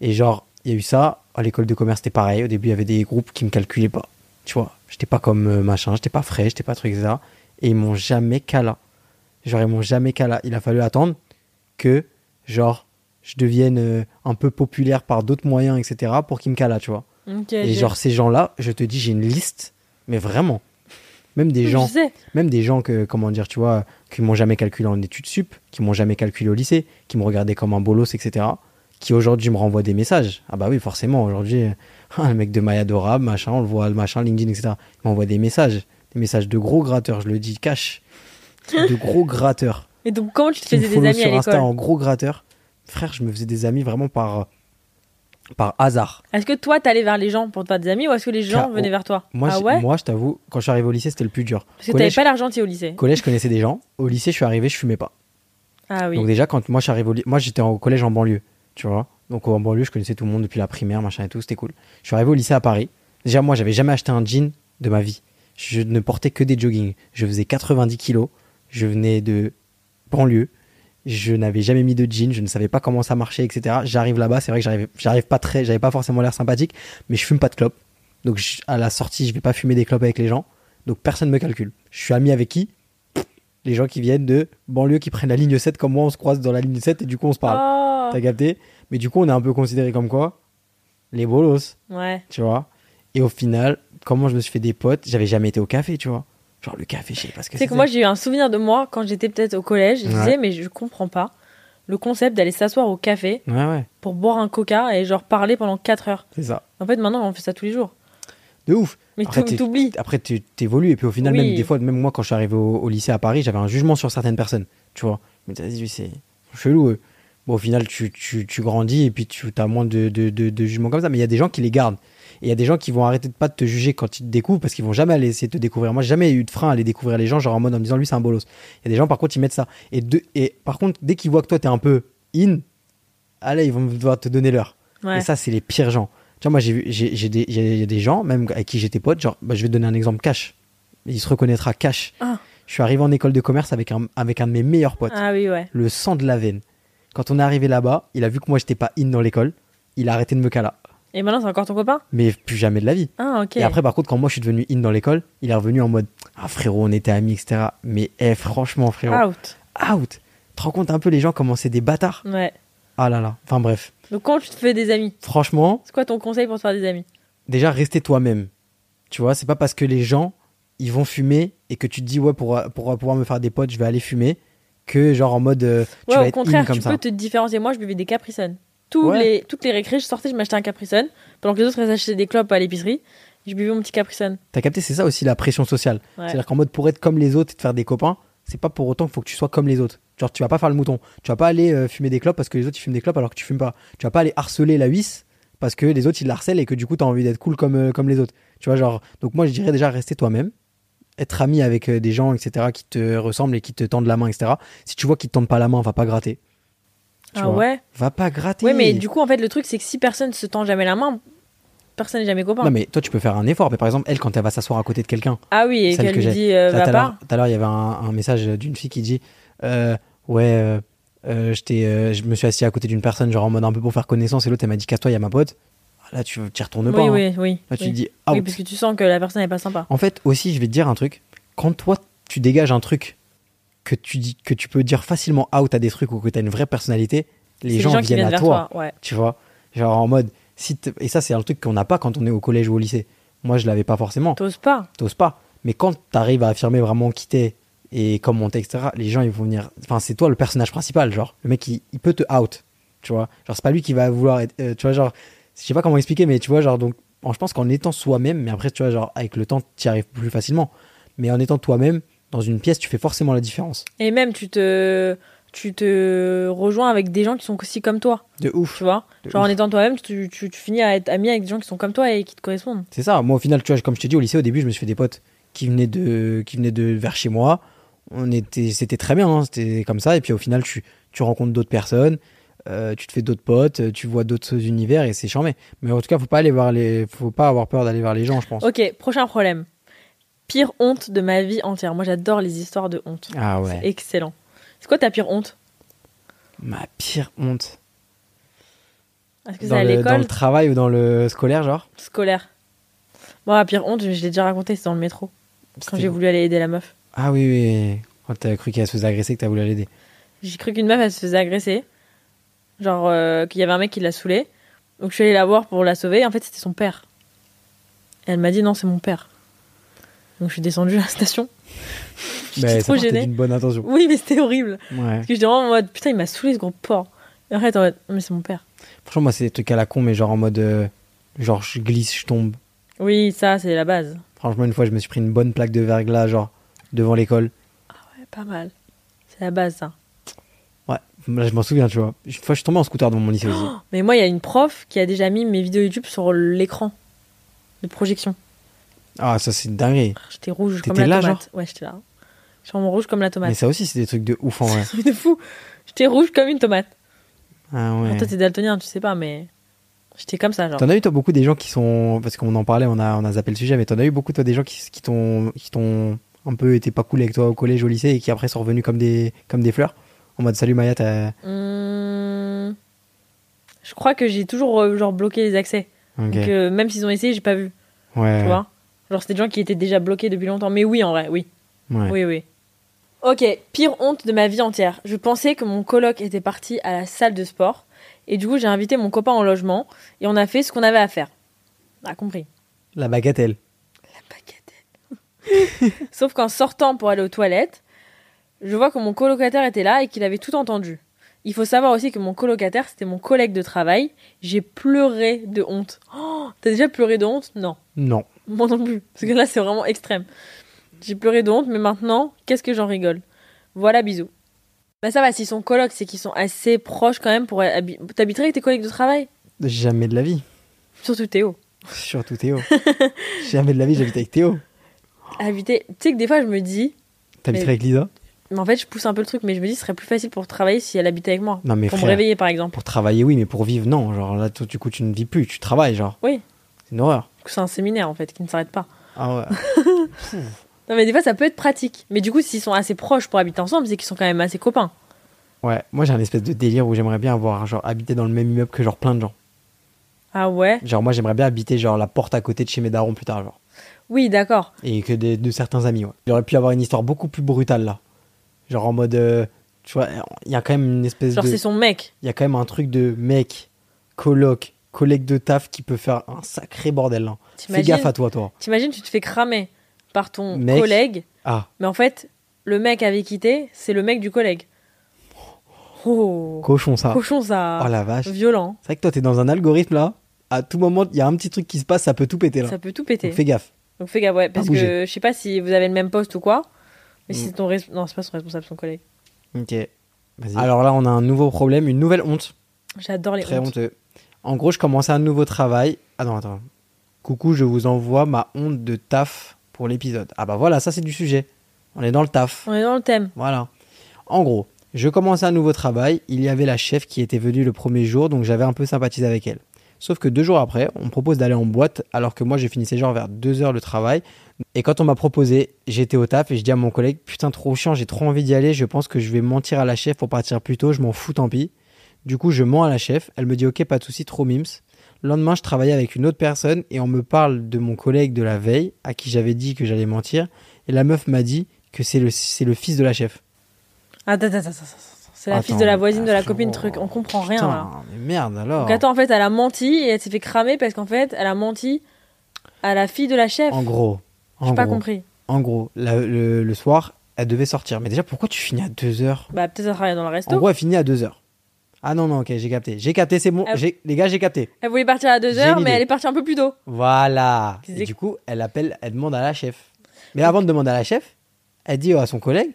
Speaker 2: Et genre, il y a eu ça. À l'école de commerce, c'était pareil. Au début, il y avait des groupes qui me calculaient pas. Tu vois, j'étais pas comme euh, machin, j'étais pas frais, j'étais pas truc, etc. Et ils m'ont jamais cala. Genre, ils m'ont jamais cala. Il a fallu attendre que, genre, je devienne euh, un peu populaire par d'autres moyens, etc. pour Kim Kala, tu vois.
Speaker 1: Ok,
Speaker 2: Et
Speaker 1: je-
Speaker 2: genre, ces gens-là, je te dis, j'ai une liste, mais vraiment. Même des
Speaker 1: je
Speaker 2: gens,
Speaker 1: sais.
Speaker 2: même des gens que, comment dire, tu vois, qui m'ont jamais calculé en études sup, qui m'ont jamais calculé au lycée, qui me regardaient comme un bolos, etc. Qui aujourd'hui me renvoient des messages. Ah bah oui, forcément, aujourd'hui, euh, ah, le mec de Maya Dora, machin, on le voit, le machin, LinkedIn, etc. Il m'envoie des messages. Des messages de gros gratteurs, je le dis, cash. De gros gratteurs
Speaker 1: Et donc, comment tu te
Speaker 2: qui me
Speaker 1: faisais des
Speaker 2: follow
Speaker 1: amis à
Speaker 2: sur Insta
Speaker 1: l'école
Speaker 2: en gros gratteur. Frère, je me faisais des amis vraiment par, par hasard.
Speaker 1: Est-ce que toi, t'allais vers les gens pour te faire des amis ou est-ce que les gens
Speaker 2: K.O.
Speaker 1: venaient vers toi
Speaker 2: oh, Moi,
Speaker 1: Ah
Speaker 2: j'ai-
Speaker 1: ouais
Speaker 2: moi je t'avoue, quand je suis arrivé au lycée, c'était le plus dur.
Speaker 1: Parce que t'avais
Speaker 2: collège,
Speaker 1: pas l'argentier au lycée.
Speaker 2: collège, je connaissais des gens. Au lycée, je suis arrivé, je fumais pas.
Speaker 1: Ah oui.
Speaker 2: Donc déjà, quand moi, je suis arrivé au lycée, moi, j'étais au collège en banlieue, tu vois. Donc en banlieue, je connaissais tout le monde depuis la primaire, machin et tout, c'était cool. Je suis arrivé au lycée à Paris. Déjà, moi, j'avais jamais acheté un jean de ma vie. Je ne portais que des joggings. Je faisais 90 kilos. Je venais de banlieue. Je n'avais jamais mis de jean. Je ne savais pas comment ça marchait, etc. J'arrive là-bas. C'est vrai que j'arrivais, j'arrive pas très, j'avais pas forcément l'air sympathique, mais je fume pas de clopes. Donc je- à la sortie, je vais pas fumer des clopes avec les gens. Donc personne me calcule. Je suis ami avec qui Les gens qui viennent de banlieue, qui prennent la ligne 7 comme moi, on se croise dans la ligne 7 et du coup on se parle.
Speaker 1: Oh.
Speaker 2: T'as capté Mais du coup, on est un peu considéré comme quoi Les bolos,
Speaker 1: Ouais.
Speaker 2: tu vois. Et au final, comment je me suis fait des potes J'avais jamais été au café, tu vois. Genre le café, je sais pas ce que
Speaker 1: Tu
Speaker 2: c'est.
Speaker 1: sais que moi, j'ai eu un souvenir de moi quand j'étais peut-être au collège. Je
Speaker 2: Ouais.
Speaker 1: disais, mais je comprends pas le concept d'aller s'asseoir au café
Speaker 2: Ouais, ouais,
Speaker 1: pour boire un coca et genre parler pendant 4 heures.
Speaker 2: c'est ça.
Speaker 1: En fait, maintenant, on fait ça tous les jours.
Speaker 2: De ouf.
Speaker 1: Mais
Speaker 2: Après,
Speaker 1: tout-
Speaker 2: t'es-
Speaker 1: t'oublies.
Speaker 2: Après, tu t'évolues. Et puis au final,
Speaker 1: Oui.
Speaker 2: même des fois, même moi, quand je suis arrivé au, au lycée à Paris, j'avais un jugement sur certaines personnes, tu vois. Je me disais, vas-y, lui, c'est chelou, eux. Bon, au final, tu, tu, tu grandis et puis tu as moins de, de, de, de jugements comme ça. Mais il y a des gens qui les gardent. Et il y a des gens qui vont arrêter de pas te juger quand ils te découvrent parce qu'ils vont jamais aller essayer de te découvrir. Moi, j'ai jamais eu de frein à aller découvrir les gens, genre en mode en me disant lui, c'est un bolos. Il y a des gens, par contre, ils mettent ça. Et, de, et par contre, dès qu'ils voient que toi, t'es un peu in, allez, ils vont devoir te donner l'heure.
Speaker 1: Ouais.
Speaker 2: Et ça, c'est les pires gens. Tu vois, moi, j'ai vu, j'ai j'ai des, j'ai- il y a des gens, même avec qui j'étais pote, genre, bah, je vais te donner un exemple cash. Il se reconnaîtra cash.
Speaker 1: Ah.
Speaker 2: Je suis arrivé en école de commerce avec un, avec un de mes meilleurs potes,
Speaker 1: Ah oui, ouais.
Speaker 2: le sang de la veine. Quand on est arrivé là-bas, il a vu que moi, j'étais pas in dans l'école. Il a arrêté de me caler.
Speaker 1: Et maintenant, c'est encore ton copain
Speaker 2: Mais plus jamais de la vie.
Speaker 1: Ah, ok.
Speaker 2: Et après, par contre, quand moi, je suis devenu in dans l'école, il est revenu en mode Ah, frérot, on était amis, etc. Mais eh, franchement, frérot,
Speaker 1: Out.
Speaker 2: out. Tu te rends compte un peu les gens, comment c'est des bâtards
Speaker 1: Ouais.
Speaker 2: Ah là là. Enfin, bref.
Speaker 1: Donc, comment tu te fais des amis
Speaker 2: Franchement,
Speaker 1: C'est quoi ton conseil pour te faire des amis
Speaker 2: déjà rester toi-même. Tu vois, c'est pas parce que les gens ils vont fumer et que tu te dis ouais pour, pour pouvoir me faire des potes, je vais aller fumer que genre en mode euh, tu vas
Speaker 1: Ouais, au
Speaker 2: être in
Speaker 1: contraire,
Speaker 2: comme
Speaker 1: tu
Speaker 2: ça.
Speaker 1: peux te différencier. Moi, je buvais des Capri Sun. Tous
Speaker 2: Ouais.
Speaker 1: les, toutes les récré, je sortais, je m'achetais un Capri Sun. Pendant que les autres, ils achetaient des clopes à l'épicerie. Je buvais mon petit Capri Sun.
Speaker 2: T'as capté, c'est ça aussi la pression sociale.
Speaker 1: Ouais.
Speaker 2: C'est-à-dire qu'en mode pour être comme les autres et te faire des copains, c'est pas pour autant qu'il faut que tu sois comme les autres. Genre tu vas pas faire le mouton, tu vas pas aller euh, fumer des clopes parce que les autres ils fument des clopes alors que tu fumes pas. Tu vas pas aller harceler la huisse parce que les autres ils la harcèlent et que du coup t'as envie d'être cool comme, euh, comme les autres. Tu vois genre donc moi je dirais déjà rester toi-même, être ami avec euh, des gens etc qui te ressemblent et qui te tendent la main etc. Si tu vois qu'ils te tendent pas la main, va pas gratter. Tu
Speaker 1: ah
Speaker 2: vois.
Speaker 1: ouais
Speaker 2: Va pas gratter.
Speaker 1: Ouais, mais du coup, en fait, le truc, c'est que si personne se tend jamais la main, personne n'est jamais copain.
Speaker 2: non mais toi tu peux faire un effort. Mais par exemple elle quand elle va s'asseoir à côté de quelqu'un.
Speaker 1: Ah oui, et
Speaker 2: Celle
Speaker 1: qu'elle
Speaker 2: que
Speaker 1: lui
Speaker 2: j'ai.
Speaker 1: dit euh, va
Speaker 2: Là, Tout à l'heure-
Speaker 1: pas.
Speaker 2: tout à l'heure, il y avait un, un message d'une fille qui dit euh, Ouais, euh, euh, j'étais, euh, je me suis assis à côté d'une personne, genre en mode un peu pour faire connaissance, et l'autre, elle m'a dit Casse-toi, il y a ma pote. Ah, Là, tu t'y retournes pas.
Speaker 1: Oui, oui,
Speaker 2: hein.
Speaker 1: oui.
Speaker 2: Là, tu
Speaker 1: oui.
Speaker 2: te dis
Speaker 1: Oui,
Speaker 2: Out.
Speaker 1: parce que tu sens que la personne n'est pas sympa.
Speaker 2: En fait, aussi, je vais te dire un truc. Quand toi, tu dégages un truc que tu, dis, que tu peux dire facilement out à des trucs ou que tu as une vraie personnalité,
Speaker 1: C'est
Speaker 2: les gens, viennent, à
Speaker 1: vers
Speaker 2: toi
Speaker 1: Ouais.
Speaker 2: tu vois genre en mode si t- et ça c'est un truc qu'on n'a pas quand on est au collège ou au lycée moi je l'avais pas forcément
Speaker 1: T'oses pas.
Speaker 2: t'oses pas. Mais quand t'arrives à affirmer vraiment qui t'es et comment t'es, etc., les gens, ils vont venir. Enfin, c'est toi le personnage principal, genre. Le mec, il, il peut te out, tu vois. Genre, c'est pas lui qui va vouloir être. euh, tu vois, genre, je sais pas comment expliquer, mais tu vois, genre, donc, en- je pense qu'en étant soi-même, mais après, tu vois, genre, avec le temps, t'y arrives plus facilement. Mais en étant toi-même, dans une pièce, tu fais forcément la différence.
Speaker 1: Et même, tu te, tu te rejoins avec des gens qui sont aussi comme toi.
Speaker 2: De ouf.
Speaker 1: Tu vois
Speaker 2: De
Speaker 1: Genre en
Speaker 2: ouf.
Speaker 1: étant toi-même, tu, tu, tu finis à être ami avec des gens qui sont comme toi et qui te correspondent.
Speaker 2: C'est ça. Moi, au final, tu vois, comme je t'ai dit, au lycée, au début, je me suis fait des potes qui venaient de, qui venaient de vers chez moi. On était, c'était très bien, hein, c'était comme ça. Et puis, au final, tu, tu rencontres d'autres personnes, euh, tu te fais d'autres potes, euh, tu vois d'autres univers et c'est charmé. Mais en tout cas, faut pas aller voir les, faut pas avoir peur d'aller vers les gens, je pense.
Speaker 1: Ok, prochain problème. Pire honte de ma vie entière. Moi, j'adore les histoires de honte.
Speaker 2: Ah ouais.
Speaker 1: C'est excellent. C'est quoi ta pire honte
Speaker 2: Ma pire honte.
Speaker 1: Est-ce que c'est
Speaker 2: Dans
Speaker 1: à
Speaker 2: le, dans
Speaker 1: l'école
Speaker 2: le travail ou dans le scolaire, genre.
Speaker 1: scolaire Moi, la pire honte, je, je l'ai déjà raconté, c'est dans le métro. Quand
Speaker 2: C'était-
Speaker 1: j'ai voulu aller aider la meuf.
Speaker 2: Ah oui, oui. oui. Quand t'as cru qu'elle se faisait agresser, que t'as voulu l'aider.
Speaker 1: J'ai cru qu'une meuf, elle se faisait agresser. Genre, euh, qu'il y avait un mec qui la saoulait. Donc je suis allée la voir pour la sauver. En fait, c'était son père. Et elle m'a dit non, c'est mon père. Donc je suis descendue à la station.
Speaker 2: Bah,
Speaker 1: J'étais
Speaker 2: ça
Speaker 1: trop
Speaker 2: partait
Speaker 1: gênée.
Speaker 2: d'une bonne intention.
Speaker 1: Oui, mais c'était horrible.
Speaker 2: Ouais.
Speaker 1: Parce que j'étais vraiment en mode putain, il m'a saoulé ce gros porc. Et après, t'es en mode Non, mais c'est mon père.
Speaker 2: Franchement, moi, c'est des trucs à la con, mais genre en mode. euh, genre, je glisse, je tombe.
Speaker 1: Oui, ça, c'est la base.
Speaker 2: Franchement, une fois, je me suis pris une bonne plaque de verglas, genre, devant l'école.
Speaker 1: Ouais, pas mal. C'est la base, ça.
Speaker 2: Ouais, là, je m'en souviens, tu vois. Une fois, je suis tombé en scooter devant mon lycée aussi.
Speaker 1: Mais moi, il y a une prof qui a déjà mis mes vidéos YouTube sur l'écran de projection.
Speaker 2: Ah, ça, c'est dingue.
Speaker 1: J'étais rouge comme
Speaker 2: T'étais
Speaker 1: la
Speaker 2: là,
Speaker 1: tomate. Ouais, j'étais là. J'étais vraiment rouge comme la
Speaker 2: Mais
Speaker 1: tomate.
Speaker 2: ça aussi, c'est des trucs de ouf en vrai.
Speaker 1: C'est de fou. J'étais rouge comme une tomate.
Speaker 2: Ah ouais.
Speaker 1: Toi, t'es daltonien, tu sais pas, mais j'étais comme ça, genre.
Speaker 2: T'en as eu, toi, beaucoup des gens qui sont. Parce qu'on en parlait, on a, on a zappé le sujet, mais t'en as eu beaucoup, toi, des gens qui, qui t'ont qui t'ont un peu été pas cool avec toi au collège, au lycée, et qui après sont revenus comme des, comme des fleurs. En mode, salut Maya, t'as.
Speaker 1: Hum, Je crois que j'ai toujours euh, genre bloqué les accès.
Speaker 2: Ok.
Speaker 1: Donc, euh, même s'ils ont essayé, j'ai pas vu.
Speaker 2: ouais.
Speaker 1: Tu vois Genre, c'était des gens qui étaient déjà bloqués depuis longtemps. Mais oui, en vrai, oui.
Speaker 2: ouais.
Speaker 1: Oui, oui. Ok, pire honte de ma vie entière. Je pensais que mon coloc était parti à la salle de sport. Et du coup, j'ai invité mon copain en logement. Et on a fait ce qu'on avait à faire. Ah, compris.
Speaker 2: La bagatelle.
Speaker 1: Bagatelle. Sauf qu'en sortant pour aller aux toilettes, je vois que mon colocataire était là et qu'il avait tout entendu. Il faut savoir aussi que mon colocataire, c'était mon collègue de travail. J'ai pleuré de honte. Oh, T'as déjà pleuré de honte Non,
Speaker 2: Non.
Speaker 1: moi non plus. Parce que là, c'est vraiment extrême. J'ai pleuré de honte, mais maintenant, qu'est-ce que j'en rigole Voilà, bisous. Bah ça va, si son coloc, c'est qu'ils sont assez proches quand même pour... habi- T'habiterais avec tes collègues de travail
Speaker 2: Jamais de la vie.
Speaker 1: Surtout Théo.
Speaker 2: Surtout Théo. Jamais de la vie, j'habite avec Théo.
Speaker 1: Habiter... Tu sais que des fois, je me dis...
Speaker 2: T'habiterais
Speaker 1: Mais-
Speaker 2: avec Lisa
Speaker 1: Mais en fait, je pousse un peu le truc, mais je me dis, ce serait plus facile pour travailler si elle habitait avec moi.
Speaker 2: Non, mais
Speaker 1: pour me
Speaker 2: frère.
Speaker 1: réveiller, par exemple.
Speaker 2: Pour travailler, oui, mais pour vivre, non. Genre là, toi, du coup, tu ne vis plus, tu travailles, genre.
Speaker 1: Oui.
Speaker 2: C'est une horreur.
Speaker 1: Du coup, C'est un séminaire, en fait, qui ne s'arrête pas.
Speaker 2: Ah ouais.
Speaker 1: Non, mais des fois, ça peut être pratique. Mais du coup, s'ils sont assez proches pour habiter ensemble, c'est qu'ils sont quand même assez copains.
Speaker 2: ouais. Moi, j'ai un espèce de délire où j'aimerais bien avoir, genre, habité dans le même immeuble que, genre, plein de gens.
Speaker 1: Ah ouais
Speaker 2: Genre, moi, j'aimerais bien habiter, genre, la porte à côté de chez mes darons plus tard, genre.
Speaker 1: Oui, d'accord.
Speaker 2: Et que des- de certains amis, ouais. J'aurais pu avoir une histoire beaucoup plus brutale, là. Genre, en mode. euh, tu vois, il y a quand même une espèce
Speaker 1: Genre,
Speaker 2: de.
Speaker 1: c'est son mec.
Speaker 2: Il y a quand même un truc de mec, coloc, collègue de taf qui peut faire un sacré bordel, là. Fais
Speaker 1: T'imagines
Speaker 2: gaffe à toi, toi.
Speaker 1: T'imagines, tu te fais cramer par ton
Speaker 2: Mec.
Speaker 1: collègue,
Speaker 2: Ah,
Speaker 1: mais en fait, le mec avec qui t'es, c'est le mec du collègue. Oh
Speaker 2: cochon, ça.
Speaker 1: Cochon, ça.
Speaker 2: Oh la vache. C'est
Speaker 1: Violent.
Speaker 2: vrai que toi, t'es dans un algorithme là. À tout moment, il y a un petit truc qui se passe, ça peut tout péter là.
Speaker 1: Ça peut tout péter.
Speaker 2: Donc, fais gaffe.
Speaker 1: Donc fais gaffe, ouais, parce
Speaker 2: bouger. Mm.
Speaker 1: que je sais pas si vous avez le même poste ou quoi, mais si c'est ton res- non, c'est pas son responsable, son collègue.
Speaker 2: Ok. Alors là, on a un nouveau problème, une nouvelle honte.
Speaker 1: J'adore les
Speaker 2: Très
Speaker 1: hontes.
Speaker 2: honteux. En gros, je commençais un nouveau travail. Ah non, attends. Coucou, je vous envoie ma honte de taf pour l'épisode. Ah bah voilà, ça c'est du sujet. On est dans le taf.
Speaker 1: On est dans le thème.
Speaker 2: Voilà. En gros, je commençais un nouveau travail. Il y avait la chef qui était venue le premier jour, donc j'avais un peu sympathisé avec elle. Sauf que deux jours après, on me propose d'aller en boîte, alors que moi, je finissais genre vers deux heures le travail. Et quand on m'a proposé, j'étais au taf et je dis à mon collègue Putain, trop chiant, j'ai trop envie d'y aller. Je pense que je vais mentir à la chef pour partir plus tôt. Je m'en fous, tant pis. Du coup, je mens à la chef. Elle me dit Ok, pas de souci, trop mims. Le lendemain, je travaillais avec une autre personne et on me parle de mon collègue de la veille à qui j'avais dit que j'allais mentir. Et la meuf m'a dit que c'est le, c'est le fils de la chef.
Speaker 1: Attends, attends, attends, attends, attends. C'est la
Speaker 2: Attends,
Speaker 1: fille de la voisine, de la
Speaker 2: attends.
Speaker 1: copine, truc. On comprend rien
Speaker 2: Putain,
Speaker 1: là.
Speaker 2: mais merde alors.
Speaker 1: Donc attends, en fait, elle a menti et elle s'est fait cramer parce qu'en fait, elle a menti à la fille de la chef.
Speaker 2: En gros, en
Speaker 1: J'ai pas
Speaker 2: gros,
Speaker 1: compris.
Speaker 2: en gros, la- le, le soir, elle devait sortir. Mais déjà, pourquoi tu finis à 2h
Speaker 1: Bah peut-être elle travaille dans le resto.
Speaker 2: En gros, elle finit à 2h. Ah non, non, ok, j'ai capté. J'ai capté, c'est bon.
Speaker 1: Ah.
Speaker 2: j'ai- Les gars, j'ai capté.
Speaker 1: Elle voulait partir à
Speaker 2: J'ai
Speaker 1: 2h,
Speaker 2: l'idée.
Speaker 1: mais elle est partie un peu plus tôt.
Speaker 2: Voilà.
Speaker 1: Qu'ils
Speaker 2: Et
Speaker 1: éc-
Speaker 2: du coup, elle appelle, elle demande à la chef. Mais avant de demander à la chef, elle dit euh, à son collègue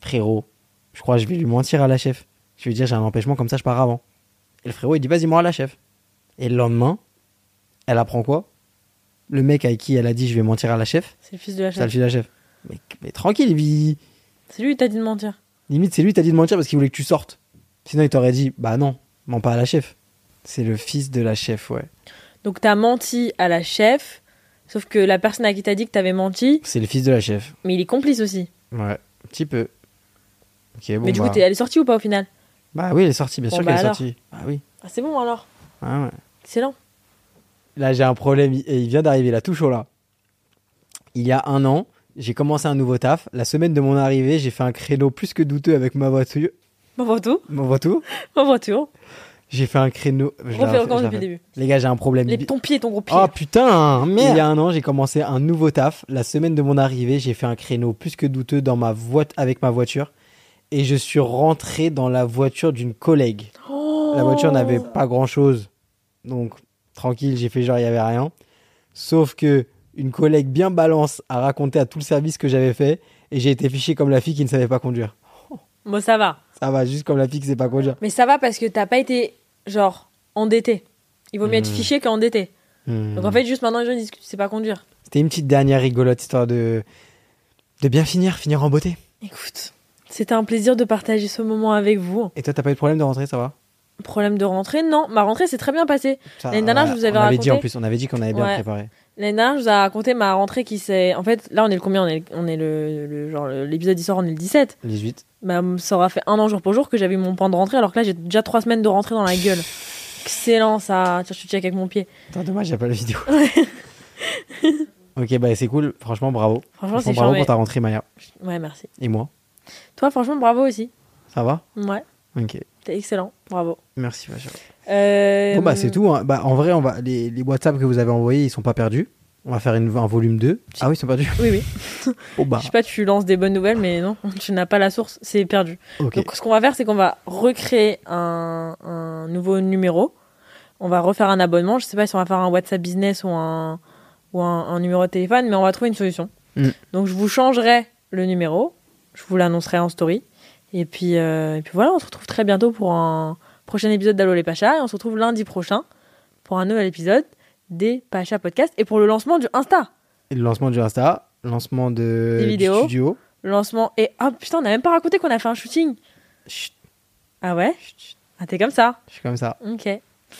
Speaker 2: Frérot, je crois que je vais lui mentir à la chef. Je vais lui dire j'ai un empêchement, comme ça je pars avant. Et le frérot, il dit Vas-y, moi à la chef. Et le lendemain, elle apprend quoi Le mec avec qui elle a dit je vais mentir à la chef,
Speaker 1: C'est le fils de la
Speaker 2: ça le
Speaker 1: chef.
Speaker 2: file à la chef. Mais, mais tranquille, il-
Speaker 1: C'est lui qui t'a dit de mentir.
Speaker 2: limite, c'est lui qui t'a dit de mentir parce qu'il voulait que tu sortes. Sinon, il t'aurait dit Bah non, mens pas à la chef. C'est le fils de la chef, ouais.
Speaker 1: Donc t'as menti à la chef, sauf que la personne à qui t'as dit que t'avais menti,
Speaker 2: C'est le fils de la chef.
Speaker 1: mais il est complice aussi.
Speaker 2: Ouais, un petit peu. Ok, bon.
Speaker 1: mais du
Speaker 2: bah.
Speaker 1: coup, t'es- elle est sortie ou pas au final
Speaker 2: Bah oui, elle est sortie, bien
Speaker 1: Bon,
Speaker 2: sûr
Speaker 1: bah
Speaker 2: qu'elle est
Speaker 1: alors.
Speaker 2: sortie. Ah oui.
Speaker 1: Ah, c'est bon alors.
Speaker 2: Ah ouais.
Speaker 1: Excellent.
Speaker 2: Là, j'ai un problème, il- et il vient d'arriver, là, tout chaud là. Il y a un an, j'ai commencé un nouveau taf. La semaine de mon
Speaker 1: bah,
Speaker 2: arrivée, j'ai fait un créneau plus que douteux avec ma voiture.
Speaker 1: Mon voiture.
Speaker 2: Mon voiture
Speaker 1: Mon voiture.
Speaker 2: J'ai fait un créneau. je
Speaker 1: Refais
Speaker 2: l'ai-
Speaker 1: encore
Speaker 2: je l'ai
Speaker 1: depuis le
Speaker 2: fait.
Speaker 1: début.
Speaker 2: Les gars, j'ai un problème.
Speaker 1: Les,
Speaker 2: bi-
Speaker 1: ton pied, ton gros pied.
Speaker 2: Oh putain, merde.
Speaker 1: Merde.
Speaker 2: Il y a un an, j'ai commencé un nouveau taf. La semaine de mon arrivée, j'ai fait un créneau plus que douteux dans ma voie- avec ma voiture. Et je suis rentré dans la voiture d'une collègue. La voiture n'avait
Speaker 1: Oh.
Speaker 2: pas grand chose. Donc, tranquille, j'ai fait genre, il n'y avait rien. Sauf que une collègue bien balance a raconté à tout le service que j'avais fait. Et j'ai été fiché comme la fille qui ne savait pas conduire.
Speaker 1: Bon, ça va.
Speaker 2: Ça va, juste comme la fille qui ne sait pas conduire.
Speaker 1: Mais ça va parce que t'as pas été, genre, endetté. Il vaut mieux être fiché qu'endetté.
Speaker 2: Hmm.
Speaker 1: Donc en fait, juste maintenant, les gens disent que tu sais pas conduire.
Speaker 2: C'était une petite dernière rigolote, histoire de, de bien finir, finir en beauté.
Speaker 1: Écoute, c'était un plaisir de partager ce moment avec vous.
Speaker 2: Et toi, t'as pas eu de problème de rentrer, ça va
Speaker 1: Problème de rentrée Non, ma rentrée s'est très bien passée.
Speaker 2: Ça,
Speaker 1: L'année dernière, je vous avais
Speaker 2: on avait
Speaker 1: raconté-
Speaker 2: dit en plus, on avait dit qu'on avait bien
Speaker 1: Ouais.
Speaker 2: préparé.
Speaker 1: L'année dernière, je vous ai raconté ma rentrée qui s'est. En fait, là, on est le combien On est, on est le, le- genre le- l'épisode il sort, on est le 17.
Speaker 2: Les 8.
Speaker 1: Bah, ça aura fait un an jour pour jour que j'avais eu mon pan de rentrée, alors que là, j'ai déjà trois semaines de rentrée dans la gueule. Excellent ça. Tiens, je te check avec mon pied.
Speaker 2: Attends, dommage, il a pas la vidéo. ok, bah c'est cool. Franchement, bravo.
Speaker 1: Franchement, c'est
Speaker 2: bravo
Speaker 1: charmé.
Speaker 2: pour ta rentrée, Maya.
Speaker 1: Ouais, merci.
Speaker 2: Et moi,
Speaker 1: Toi, franchement, bravo aussi.
Speaker 2: ça va
Speaker 1: Ouais,
Speaker 2: Ok.
Speaker 1: t'es excellent. Bravo.
Speaker 2: Merci, ma chérie.
Speaker 1: Euh,
Speaker 2: Bon, bah c'est tout. hein. Bah, en vrai, on va... les, les WhatsApp que vous avez envoyés, ils sont pas perdus. On va faire une, un volume 2. Ah oui, ils sont perdus.
Speaker 1: Oui, oui.
Speaker 2: Bon, bah,
Speaker 1: Je sais pas, tu lances des bonnes nouvelles, mais non, tu n'as pas la source, c'est perdu.
Speaker 2: ok.
Speaker 1: Donc, ce qu'on va faire, c'est qu'on va recréer un, un nouveau numéro. On va refaire un abonnement. Je sais pas si on va faire un WhatsApp business ou un, ou un, un numéro de téléphone, mais on va trouver une solution.
Speaker 2: Mm.
Speaker 1: Donc, je vous changerai le numéro. Je vous l'annoncerai en story. Et puis, euh, et puis voilà, on se retrouve très bientôt pour un prochain épisode d'Allo les Pachas. Et on se retrouve lundi prochain pour un nouvel épisode des Pachas Podcast et pour le lancement du Insta.
Speaker 2: Et le lancement du Insta, lancement de...
Speaker 1: Des
Speaker 2: du
Speaker 1: vidéos.
Speaker 2: studio.
Speaker 1: Le lancement et ah putain, on n'a même pas raconté qu'on a fait un shooting.
Speaker 2: Chut,
Speaker 1: Ah ouais Ah t'es comme ça.
Speaker 2: je suis comme ça.
Speaker 1: Ok.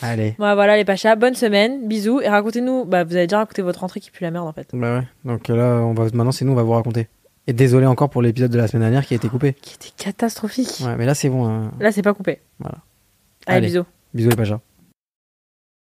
Speaker 2: Allez.
Speaker 1: Bon bah voilà les pachas, bonne semaine, bisous et racontez-nous. Bah vous avez déjà raconté votre rentrée qui pue la merde en fait.
Speaker 2: Bah ouais. Donc là, on va... maintenant, c'est nous, on va vous raconter. Et désolé encore pour l'épisode de la semaine dernière qui a été coupé.
Speaker 1: Qui était catastrophique.
Speaker 2: Ouais, mais là, c'est bon. hein.
Speaker 1: Là c'est pas coupé.
Speaker 2: Voilà.
Speaker 1: Allez.
Speaker 2: Allez.
Speaker 1: bisous.
Speaker 2: Bisous les Pachas.